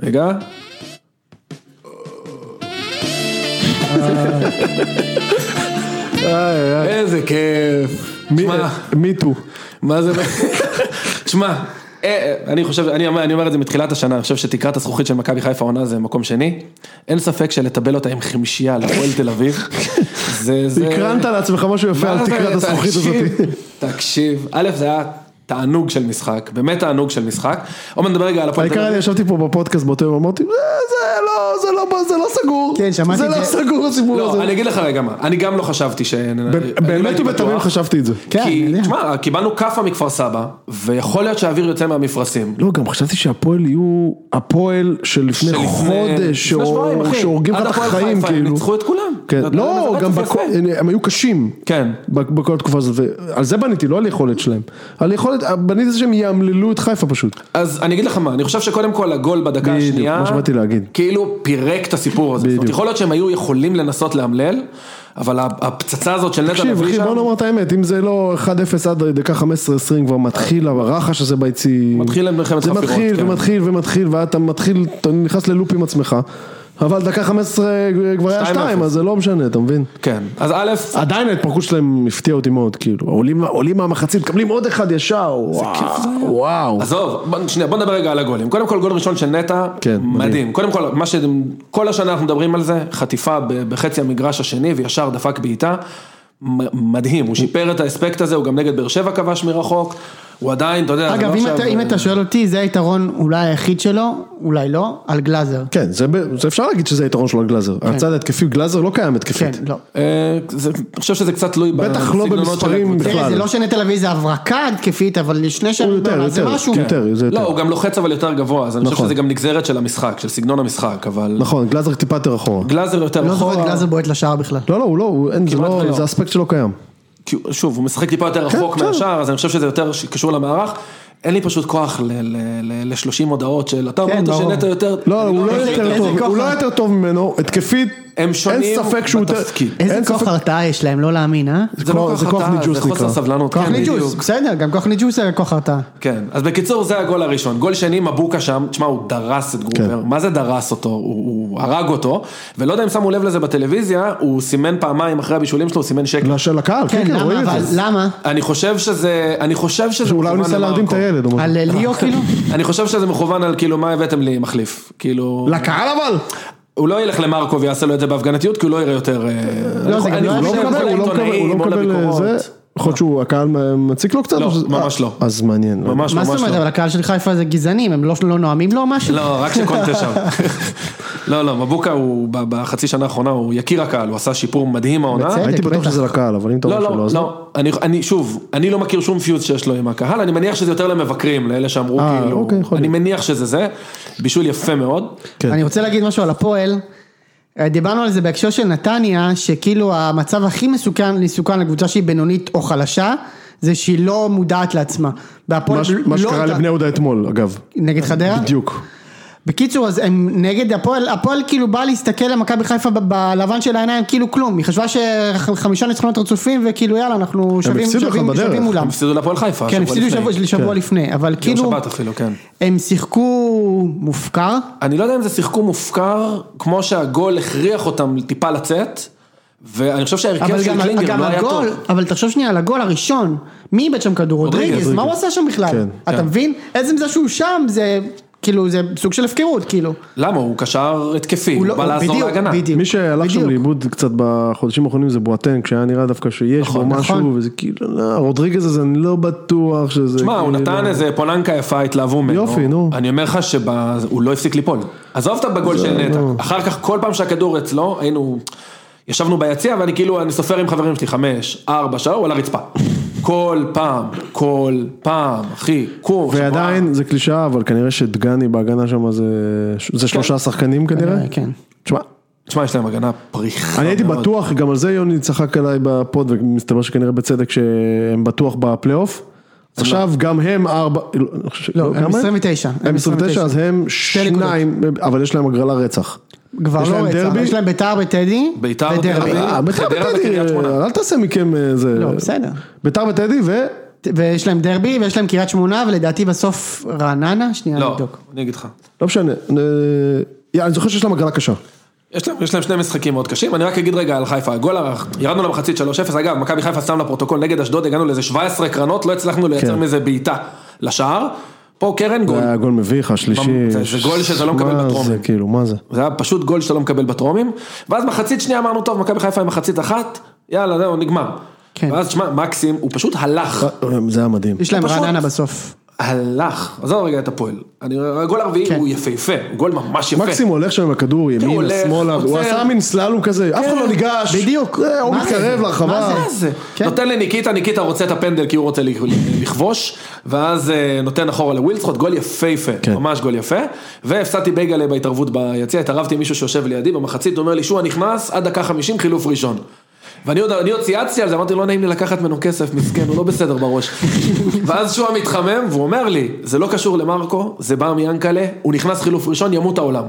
רגע. איזה כיף. מי- שמע, מיטו. מה זה... שמע, אה, אה, אני חושב, אני אומר אני אומר את זה מתחילת השנה, אני חושב שתקרת הזכוכית של מכבי חיפה עונה זה מקום שני. אין ספק שלטבל אותה עם חמישייה על הפועל תל אביב. זה... זה- הקרנת לעצמך משהו יפה על מה זה? תקרת הזכוכית הזאת. תקשיב, תקשיב, א' זה היה תענוג של משחק, באמת תענוג של משחק. עומד נדבר רגע על הפועל תל העיקר אני אביב. ישבתי פה בפודקאסט באותו יום, אמרתי, "אה, זה לא, זה לא, זה לא סגור. כן, שמעתי זה את לא זה. סגור הסיפור לא, הזה. אני אגיד לך רגע מה, אני גם לא חשבתי ש... ב- אני לא באמת הייתי ובתמים בטוח. חשבתי את זה. כן, אני כי, יודע. תשמע, קיבלנו כאפה מכפר סבא, ויכול להיות שהאוויר יוצא מהמפרשים. לא, גם חשבתי שהפועל יהיו הפועל של לפני שלפני- חודש, לפני שבועיים, שהור- אחי. שהורגים לך עד את הפועל החיים, חיפה, הם כאילו. ניצחו את כולם. כן, זה- לא, זה גם רצף בכל, יפה. הם היו קשים. כן. ב- בכל התקופה הזאת, ועל זה בניתי, לא על יכולת שלהם. על יכולת, בניתי את זה שהם יאמללו את חיפה פשוט. אז אני אגיד לך מה, אני חושב שקודם כל הגול בדקה בדיוק, השנייה, מה שבאתי להגיד. כאילו פירק את הסיפור הזה. זאת אומרת, בדיוק. יכול להיות שהם היו יכולים לנסות לאמלל, אבל הפצצה הזאת של נטע תקשיב, לביא אחי, בוא נאמר את האמת, אם זה לא 1-0 עד דקה 15-20 כבר מתחיל הרחש הזה ביציעים. מתחיל למלחמת זה חפירות, מתחיל כן. ומתחיל ומתחיל, ואתה מתחיל, אתה נכנס ללופ עם עצמך. אבל דקה 15 כבר היה 2-0. 2, אז זה לא משנה, אתה מבין? כן, אז א', עדיין ההתפרקות שלהם הפתיעה אותי מאוד, כאילו, עולים, עולים מהמחצית, מקבלים עוד אחד ישר, וואו, וואו. עזוב, בוא, שנייה, בוא נדבר רגע על הגולים. קודם כל, גול ראשון של נטע, כן, מדהים. מדהים. קודם כל, מה ש... כל השנה אנחנו מדברים על זה, חטיפה ב- בחצי המגרש השני, וישר דפק בעיטה. מ- מדהים, הוא שיפר את האספקט הזה, הוא גם נגד באר שבע כבש מרחוק, הוא עדיין, אתה יודע, זה אגב, לא אם עכשיו- אתה- אם אתה שואל אותי, זה היתרון אולי היחיד שלו, אולי לא, על גלאזר. כן, זה, ב- זה אפשר להגיד שזה היתרון שלו על גלאזר. כן. הצד ההתקפי, גלאזר לא קיים כן, התקפית. לא. אה, זה- אני חושב שזה קצת תלוי בטח לא בסגנונות של במספרים הקבוצה. תראה, בכלל. זה לא שנטע לביא זה הברקה התקפית, אבל שני שערים יותר, בעונה, זה יותר, משהו. כן. יותר, זה יותר. לא, הוא גם לוחץ אבל יותר גבוה, אז אני חושב נכון. שזה גם נגזרת של המשחק, של סגנון המשחק, אבל... נכון, גלאזר טיפה יותר אחורה. גלאזר יותר לא זוכר אחורה. את גלאזר בועט לשער בכלל. לא, לא, הוא לא, הוא, אין, זה, כמעט לא, ולא. זה אספקט שלא קיים. כי הוא- שוב, הוא משחק טיפה יותר רחוק בסדר. מהשאר, אז אני חושב שזה יותר ש- קשור למערך. אין לי פשוט כוח ל-30 הודעות של אתה כן, אמרת ברור. שנטע יותר... לא, אני הוא לא יודע, יותר איזה טוב, כוח הוא לא ה- יותר טוב ממנו, התקפית, הם אין שונים ספק שהוא יותר... בתפקיד. איזה אין כוח ספק- הרתעה יש להם, לא להאמין, אה? זה לא כוח- זה כוח כוח הרתעה, ניג'וס זה חוסר נקרא. סבלנות. כוח כן, ניג'וס, בדיוק. בסדר, גם כוח ניג'וס זה כוח הרתעה. כן, אז בקיצור זה הגול הראשון. גול שני, מבוקה שם, תשמע, הוא דרס את גרובר. כן. מה זה דרס אותו? הוא, הוא הרג אותו, ולא יודע אם שמו לב לזה בטלוויזיה, הוא סימן פעמיים אחרי הבישולים שלו, הוא סימן שקל. לא, של הקהל, כן, כן, כן, למה, רואים אבל את זה. למה? אני חושב שזה, אני חושב שזה... שאולי הוא מכוון ניסה להרדים את למרקו. הילד. או משהו. על אה, ליאו כאילו? אני חושב שזה מכוון על כאילו מה הבאתם לי מחליף, כאילו... לקהל אבל? הוא לא ילך למרקו ויעשה לו את זה בהפגנתיות, כי הוא אה, לא יראה יותר... לא, זה גם לא הוא לא מקבל, הוא לא מקבל אה, זה, יכול להיות שהוא, הקהל מציק לו קצת? לא, או שזה- ממש אה, לא. אז מעניין. ממש מה זאת ממש אומרת, אבל לא. הקהל של חיפה זה גזענים, הם לא לא נואמים לו או משהו? לא, רק שקונטה שם. לא, לא, מבוקה הוא, ב- בחצי שנה האחרונה הוא יקיר הקהל, הוא עשה שיפור מדהים העונה. בצדק. הייתי בטוח בטח. שזה לקהל, אבל אם אתה לא, אומר שלא, לא, אז לא. לא, אני, אני, שוב, אני לא מכיר שום פיוס שיש לו עם הקהל, אני מניח שזה יותר למבקרים, לאלה שאמרו אה, כאילו, אוקיי, יכול אני להיות. מניח שזה זה, בישול יפה מאוד, כן. אני רוצה להגיד משהו על הפועל. אה, דיברנו על זה בהקשר של נתניה, שכאילו המצב הכי מסוכן, מסוכן לקבוצה שהיא בינונית או חלשה, זה שהיא לא מודעת לעצמה. והפועל מה ש- לא מה שקרה יודעת- לבני יהודה אתמול, אגב. נגד חדרה? בדיוק. בקיצור, אז הם נגד הפועל, הפועל כאילו בא להסתכל למכבי חיפה ב- בלבן של העיניים, כאילו כלום. היא חשבה שחמישה ניצחונות רצופים, וכאילו יאללה, אנחנו שווים, הפסידו לך שווים, בדרך. שווים מולם. הם הפסידו להפועל חיפה, כן, השבוע הפסידו לפני. שבוע, שבוע לפני, אבל יום כאילו, שבת אפילו, כן. הם שיחקו מופקר, אני לא יודע אם זה שיחקו מופקר, כמו שהגול הכריח אותם טיפה לצאת, ואני חושב שההרכב אבל של גם, קלינגר גם לא היה טוב. הגול, אבל תחשוב שנייה על הגול הראשון, מי איבד שם כדור? רודריגז, רודריגז. מה הוא עשה שם בכלל? כן, אתה כן. מבין? עצם זה שהוא שם, זה כאילו, זה סוג של הפקרות, כאילו. למה? הוא קשר התקפי, הוא הוא לא- בא הוא- לעזור בדיוק, להגנה. בדיוק. מי שהלך שם בדיוק. לאיבוד קצת בחודשים האחרונים זה בואטן, כשהיה נראה דווקא שיש בו נכון. משהו, וזה כאילו, לא, רודריגז הזה אני לא בטוח שזה... שמע, הוא כאילו- נתן איזה פולנקה יפה, התלהבו ממנו. יופי, נו. אני אומר לך שהוא לא הפסיק ליפול. עזוב את בגול של נטע. אחר כך, כל פעם שהכדור אצלו, היינו... ישבנו ביציע, ואני כאילו, אני סופר עם חברים שלי, חמש, ארבע, שעה, הוא על הרצפה. כל פעם, כל פעם, אחי, קור. ועדיין זה קלישאה, אבל כנראה שדגני בהגנה שם זה, זה שלושה שחקנים כנראה. אה, כן. תשמע, תשמע, יש להם הגנה פריחה אני הייתי מאוד. בטוח, גם על זה יוני צחק עליי בפוד, ומסתבר שכנראה בצדק שהם בטוח בפלייאוף. עכשיו גם הם ארבע, לא, אני חושב- לא, לא, הם כמה 29. הם 29, אז הם נקודות. שניים, אבל יש להם הגרלה רצח. כבר יש לא להם רצח, דרבי? יש להם ביתר בטדי, ביתר ודרבי. בטדי. אה, ביתר חדרה וטדי, וקריית שמונה. אל תעשה מכם אה, זה. לא, בסדר. ביתר וטדי ו... ויש להם דרבי, ויש להם קריית שמונה, ולדעתי בסוף רעננה, שנייה לא, נבדוק. אני אגיד לך. לא משנה. אה, יא, אני זוכר שיש להם הגרלה קשה. יש להם, יש להם שני משחקים מאוד קשים, אני רק אגיד רגע על חיפה, הגול הרך, ירדנו למחצית 3-0, אגב, מכבי חיפה שם לפרוטוקול נגד אשדוד, הגענו לאיזה 17 קרנות, לא הצלחנו לייצר כן. מזה בעיטה לשער, פה קרן גול, זה היה גול מביך, השלישי. זה- זה גול שאתה לא מקבל מה בטרומי. זה, כאילו, מה זה? זה היה פשוט גול שאתה לא מקבל בטרומים, ואז מחצית שנייה אמרנו, טוב, מכבי חיפה עם מחצית אחת, יאללה, זהו, נגמר. כן. ואז שמע, מקסים, הוא פשוט הלך, אה, זה היה מדהים. יש להם פשוט- רעננה בסוף. הלך, עזוב רגע את הפועל, אני- הגול הרביעי כן. הוא יפהפה, הוא גול ממש יפה. מקסימום הולך שם עם הכדור ימינה, הולך, שמאלה, הוא עוצר. כן, עשה מין סללום כזה, אף אחד לא ניגש. בדיוק. אה, הוא מה זה? מתקרב מה לרחבה. מה זה? כן. נותן לניקיטה, ניקיטה רוצה את הפנדל כי הוא רוצה לכבוש, ואז אה, נותן אחורה לווילדסקוט, גול יפהפה, כן. ממש גול יפה, והפסדתי בייגלה בהתערבות ביציע, התערבתי עם מישהו שיושב לידי, במחצית הוא אומר לי, שועה נכנס, עד דקה חמישים חילוף ראשון. ואני עוד, אני עוד צייצתי על זה, אמרתי לא נעים לי לקחת ממנו כסף, מסכן, הוא לא בסדר בראש. ואז שועה מתחמם, והוא אומר לי, זה לא קשור למרקו, זה בא מיאנקלה, הוא נכנס חילוף ראשון, ימות העולם.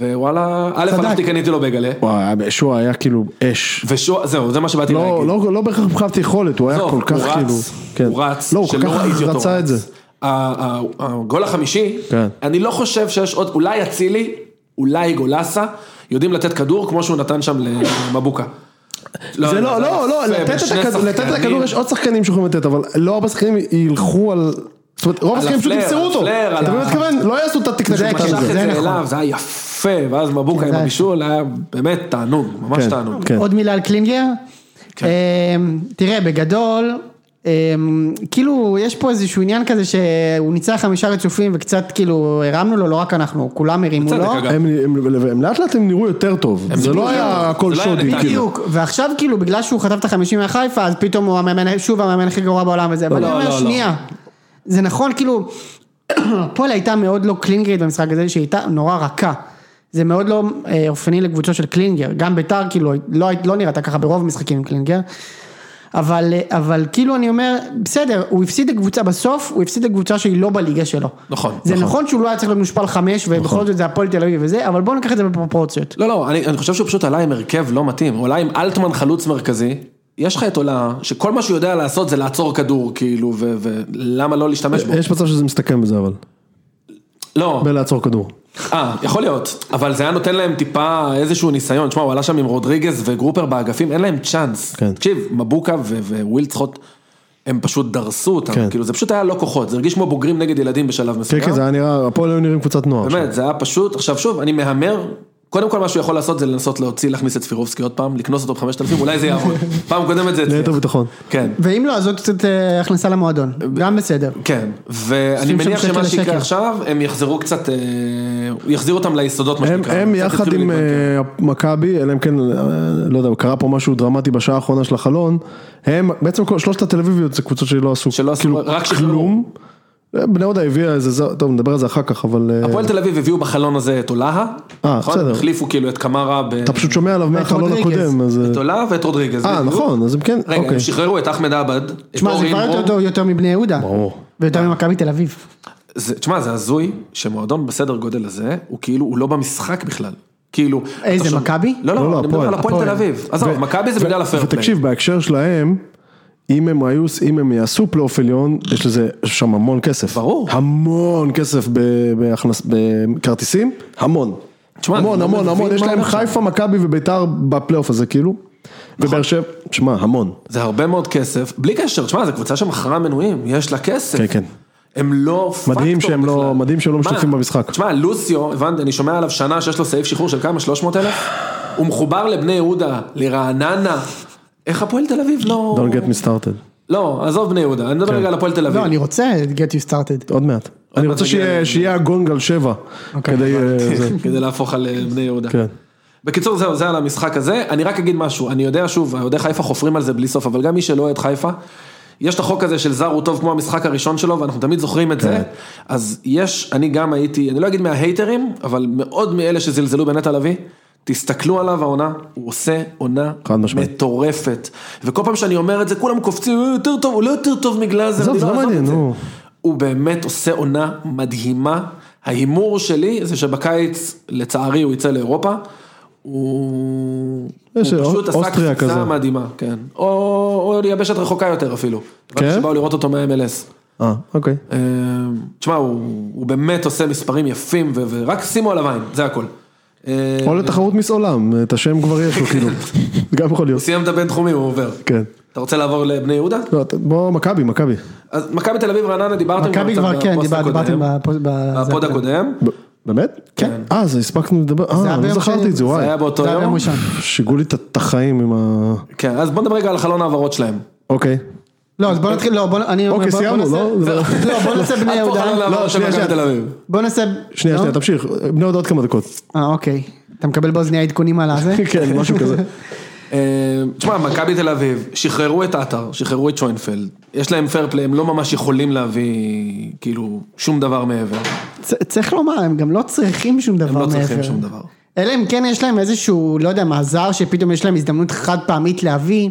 ווואלה, א', צדק. הלכתי, קניתי לו בייגלה, וואי, שועה היה כאילו אש. ושועה, זהו, זה מה שבאתי להגיד. לא, לא, לא בהכרח מבחינת יכולת, הוא היה עזוב, כל הוא כך כאילו... רץ, כן. הוא רץ, לא, הוא כל שלא כך ראיתי אותו רצה את רץ. זה. ה- ה- הגול החמישי, כן. אני לא חושב שיש עוד, אולי אצילי, אולי גולסה, יודעים לתת כדור כמו שהוא נתן שם למבוקה. אה, זה לא, לא, לא, יפה, לתת את בשני הכדור- לתת את שחקנים. הכדור, יש עוד שחקנים שיכולים לתת, אבל לא הרבה שחקנים ילכו על... זאת אומרת, רוב השחקנים פשוט הפלר, ימסרו על אותו. הפלר, על אתה מבין ה- מה אני מתכוון? לא יעשו את הטקטק זה הזה. משך את זה זה נכון. אליו, זה היה יפה, ואז מבוקה עם זה היה הבישול היה באמת תענוג, ממש כן, תענוג. כן. עוד מילה על קלינגר. כן. אמ, תראה, בגדול, אמ, כאילו, יש פה איזשהו עניין כזה שהוא ניצח חמישה רצופים וקצת כאילו הרמנו לו, לא רק אנחנו, כולם הרימו בצדק, לו. אגב. הם- הם- הם לאט לאט הם נראו יותר טוב, זה נראו לא יותר היה טוב. הכל זה לא היה שודי, נתניה. כאילו. בדיוק, ועכשיו כאילו בגלל שהוא חטף את החמישים מהחיפה, אז פתאום הוא המאמן, שוב המאמן הכי גרוע בעולם וזה, אבל אני לא, אומר לא, שנייה, זה נכון כאילו, <clears throat> הפועל הייתה מאוד לא קלינגרית במשחק הזה, שהיא הייתה נורא רכה, זה מאוד לא אה, אופייני לקבוצות של קלינגר, גם ביתר כאילו לא, היית- לא נראתה ככה ברוב המשחקים עם קלינגר, אבל, אה, אבל כאילו אני אומר, בסדר, הוא הפסיד לקבוצה בסוף, הוא הפסיד לקבוצה שהיא לא בליגה שלו. נכון, זה נכון, שהוא לא היה צריך להיות מושפל חמש, ובכל זאת זה הפועל תל אביב וזה, אבל בואו ניקח את זה בפרופורציות. לא, לא, אני, אני חושב שהוא פשוט עלה עם הרכב לא מתאים, הוא עלה עם אלטמן חלוץ מרכזי, יש לך את עולה, שכל מה שהוא יודע לעשות זה לעצור כדור, כאילו, ו- ולמה לא להשתמש בו? יש מצב שזה מסתכם בזה אבל, לא, בלעצור כדור. אה, יכול להיות, אבל זה היה נותן להם טיפה איזשהו ניסיון, תשמע, הוא עלה שם עם רודריגז וגרופר באגפים, אין להם צ'אנס. כן. תקשיב, מבוקה ווילדסחוט, הם פשוט דרסו אותם, כן. כאילו, זה פשוט היה לא כוחות, זה הרגיש כמו בוגרים נגד ילדים בשלב מסוים. כן, כן, זה היה נראה, הפועל היו נראים קבוצת נוער. באמת, זה היה פשוט, עכשיו שוב, אני מהמר, קודם כל מה שהוא יכול לעשות זה לנסות להוציא, להכניס את ספירובסקי עוד פעם, לקנוס אותו ב-5,000, אולי זה <laughs> יעבוד. פעם קודמת זה ליתר ביטחון. כן. ואם לא, אז עוד קצת אה, הכנסה למועדון, גם בסדר. כן, ואני שים שם מניח שקל שמה שיקרה לשקל. עכשיו, הם יחזרו קצת, אה, הוא יחזיר אותם ליסודות, מה הם, שנקרא. הם קצת יחד יתחילו עם להתמקד. אה, מכבי, אלא אם כן, אה, לא יודע, קרה פה משהו דרמטי בשעה האחרונה של החלון, הם, בעצם כל- שלושת התל אביביות זה קבוצות שלא עשו, שלא עשו, כאילו, רק שחררו. כלום. אה, בני יהודה הביאה איזה, זר- טוב נדבר על זה אחר כך, אבל אה, הפועל תל אביב הביאו בחלון הזה את אולהה, אה, בסדר. החליפו כאילו את קמרה, ב- אתה פשוט שומע עליו מהחלון רודריגז. הקודם, אז... אה, את אולהה ואת רודריגז. אה בדיוק. נכון, אז הם כן, רגע, אוקיי. הם שחררו את אחמד עבד, את תשמע, זה אורי כבר יותר אינברום. טוב יותר מבני יהודה. ברור. ויותר ממכבי תל אביב. זה- תשמע, זה הזוי שמועדון בסדר גודל הזה, הוא כאילו, הוא לא במשחק בכלל. כאילו... איזה, אתה שומע- מכבי? לא, לא, לא, אני מדבר הפועל. על הפועל הפועל. תל אביב. עזוב, ו- מכבי זה בגלל הפייר פליי. ותקשיב, בהקשר שלהם, אם הם היו, אם הם יעשו פלייאוף עליון, יש לזה, יש שם המון כסף. ברור. המון כסף ב- בהכנס, בכרטיסים, המון. תשמע, המון, אני לא המון, מבין המון, יש מה להם הולך חיפה, מכבי וביתר בפלייאוף הזה, כאילו. נכון. ובאר שבע, שמע, המון. זה הרבה מאוד כסף, בלי קשר, תשמע, זו קבוצה שמכרה מנויים, יש לה כסף. כן, כן. הם לא מדהים פקטור שהם לא- בכלל. מדהים שהם לא מה? משתתפים במשחק. תשמע, לוסיו, הבנתי, אני שומע עליו שנה שיש לו סעיף שחרור של כמה? 300 אלף? הוא מחובר לבני יהודה, לרעננה. איך הפועל תל אביב לא... Don't get כן. me started. לא, עזוב בני יהודה, אני מדבר רגע על הפועל תל אביב. לא, אני רוצה את get you started. עוד מעט. אני רוצה נגיע שיהיה- ל- אוקיי, שיהיה הגונג על שבע. כדי... אה, זה. כדי להפוך על אה, בני יהודה. כן. בקיצור זהו, זה על המשחק הזה, אני רק אגיד משהו, אני יודע שוב, אוהדי חיפה חופרים על זה בלי סוף, אבל גם מי שלא אוהד חיפה, יש את החוק הזה של זר הוא טוב כמו המשחק הראשון שלו, ואנחנו תמיד זוכרים את כן. זה, אז יש, אני גם הייתי, אני לא אגיד מההייטרים, אבל מאוד מאלה שזלזלו בנטע לביא, תסתכלו עליו העונה, הוא עושה עונה חד משמעית. מטורפת, וכל פעם שאני אומר את זה, כולם קופצים, "הוא יותר טוב, הוא לא יותר טוב מגלאזר, עזוב, אני זה לא אעזוב מעניין, את זה." נו. הוא באמת עושה עונה מדהימה. ההימור שלי זה שבקיץ, לצערי, הוא יצא לאירופה. הוא, הוא יש פשוט עשה אוסטריה כזה. קפיצה מדהימה, כן. או, או ליבשת רחוקה יותר אפילו. כן? כן? שבאו לראות אותו מה-MLS. אה, אוקיי. אה, תשמע, הוא, הוא באמת עושה מספרים יפים, ו, ורק שימו עליו עין, זה הכל. אה, או לתחרות מיס עולם, את השם כבר יש לו, <laughs> כאילו. זה גם יכול להיות. סיים את הבינתחומי, הוא עובר. כן. אתה רוצה לעבור לבני יהודה? לא, אתה- בוא, מכבי, מכבי. אז מכבי תל אביב רעננה דיברתם מכבי קצת כבר, כן, בפוסט דיבר- הקודם. דיברתם בפוד- אה, ב- בפוד זה- הקודם. ב- כן. באמת? כן. אה, אז הספקנו לדבר, היה אה, לא ביום זכרתי שני. את זה, זה וואי. היה באותו זה היה יום. ביום ראשון. שיגעו לי את- את החיים עם ה... כן, אז בוא נדבר רגע על חלון ההעברות שלהם. אוקיי. לא, אז בוא נתחיל, לא, בוא, אני אומר, אוקיי, בוא- בוא סיימנו, נעשה- לא? זה לא- לא, בוא <laughs> נעשה בני עד פה יהודה. לא, חלון ההעברות של שנייה, מכבי שנייה. תל אביב. בוא נעשה... שנייה, לא? שנייה, תמשיך. בני עוד עוד כמה דקות. אה, אוקיי. אתה מקבל באוזניה עדכונים על הזה? <laughs> כן, <laughs> משהו כזה. אה, תשמע, מכבי תל אביב, שחררו את עטר, שחררו את שוינפלד, יש להם פייר פליי, הם לא ממש יכולים להביא, כאילו, שום דבר מעבר. צ- צריך לומר, הם גם לא צריכים שום דבר הם מעבר. לא צריכים שום דבר. אלא אם כן יש להם איזשהו, לא יודע, מעזר שפתאום יש להם הזדמנות חד פעמית להביא.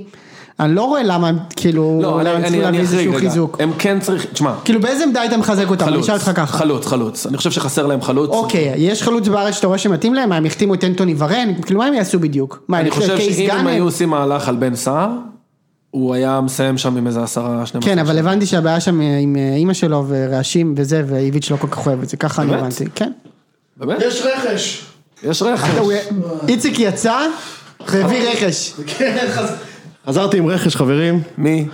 אני לא רואה למה, הם, כאילו, לא, למה אני- הם אני צריכים אני להביא אחריג איזשהו רגע. חיזוק. הם כן צריכים, תשמע, כאילו באיזה עמדה היית מחזק אותם? אני חלוץ, אשאל אותך ככה. חלוץ, חלוץ, אני חושב שחסר להם חלוץ. אוקיי, יש חלוץ בארץ שאתה רואה שמתאים להם? מה, הם החתימו את אנטוני ורן? כאילו מה הם יעשו בדיוק? מה, אני הם יעשו חושב קייס שאם הם גאנם? היו עושים מהלך על בן סער, הוא היה מסיים שם עם איזה עשרה, 12. כן, אבל הבנתי שהבעיה שם עם אה, אימא שלו ורעשים וזה, ואיביץ' לא כל כך אוהב את זה, ככה אני באמת? הבנתי. כן. באמת? יש רכש. יש רכש. הוא- איציק יצא והביא רכש. כן, חז... חזרתי עם רכש, חברים. מי?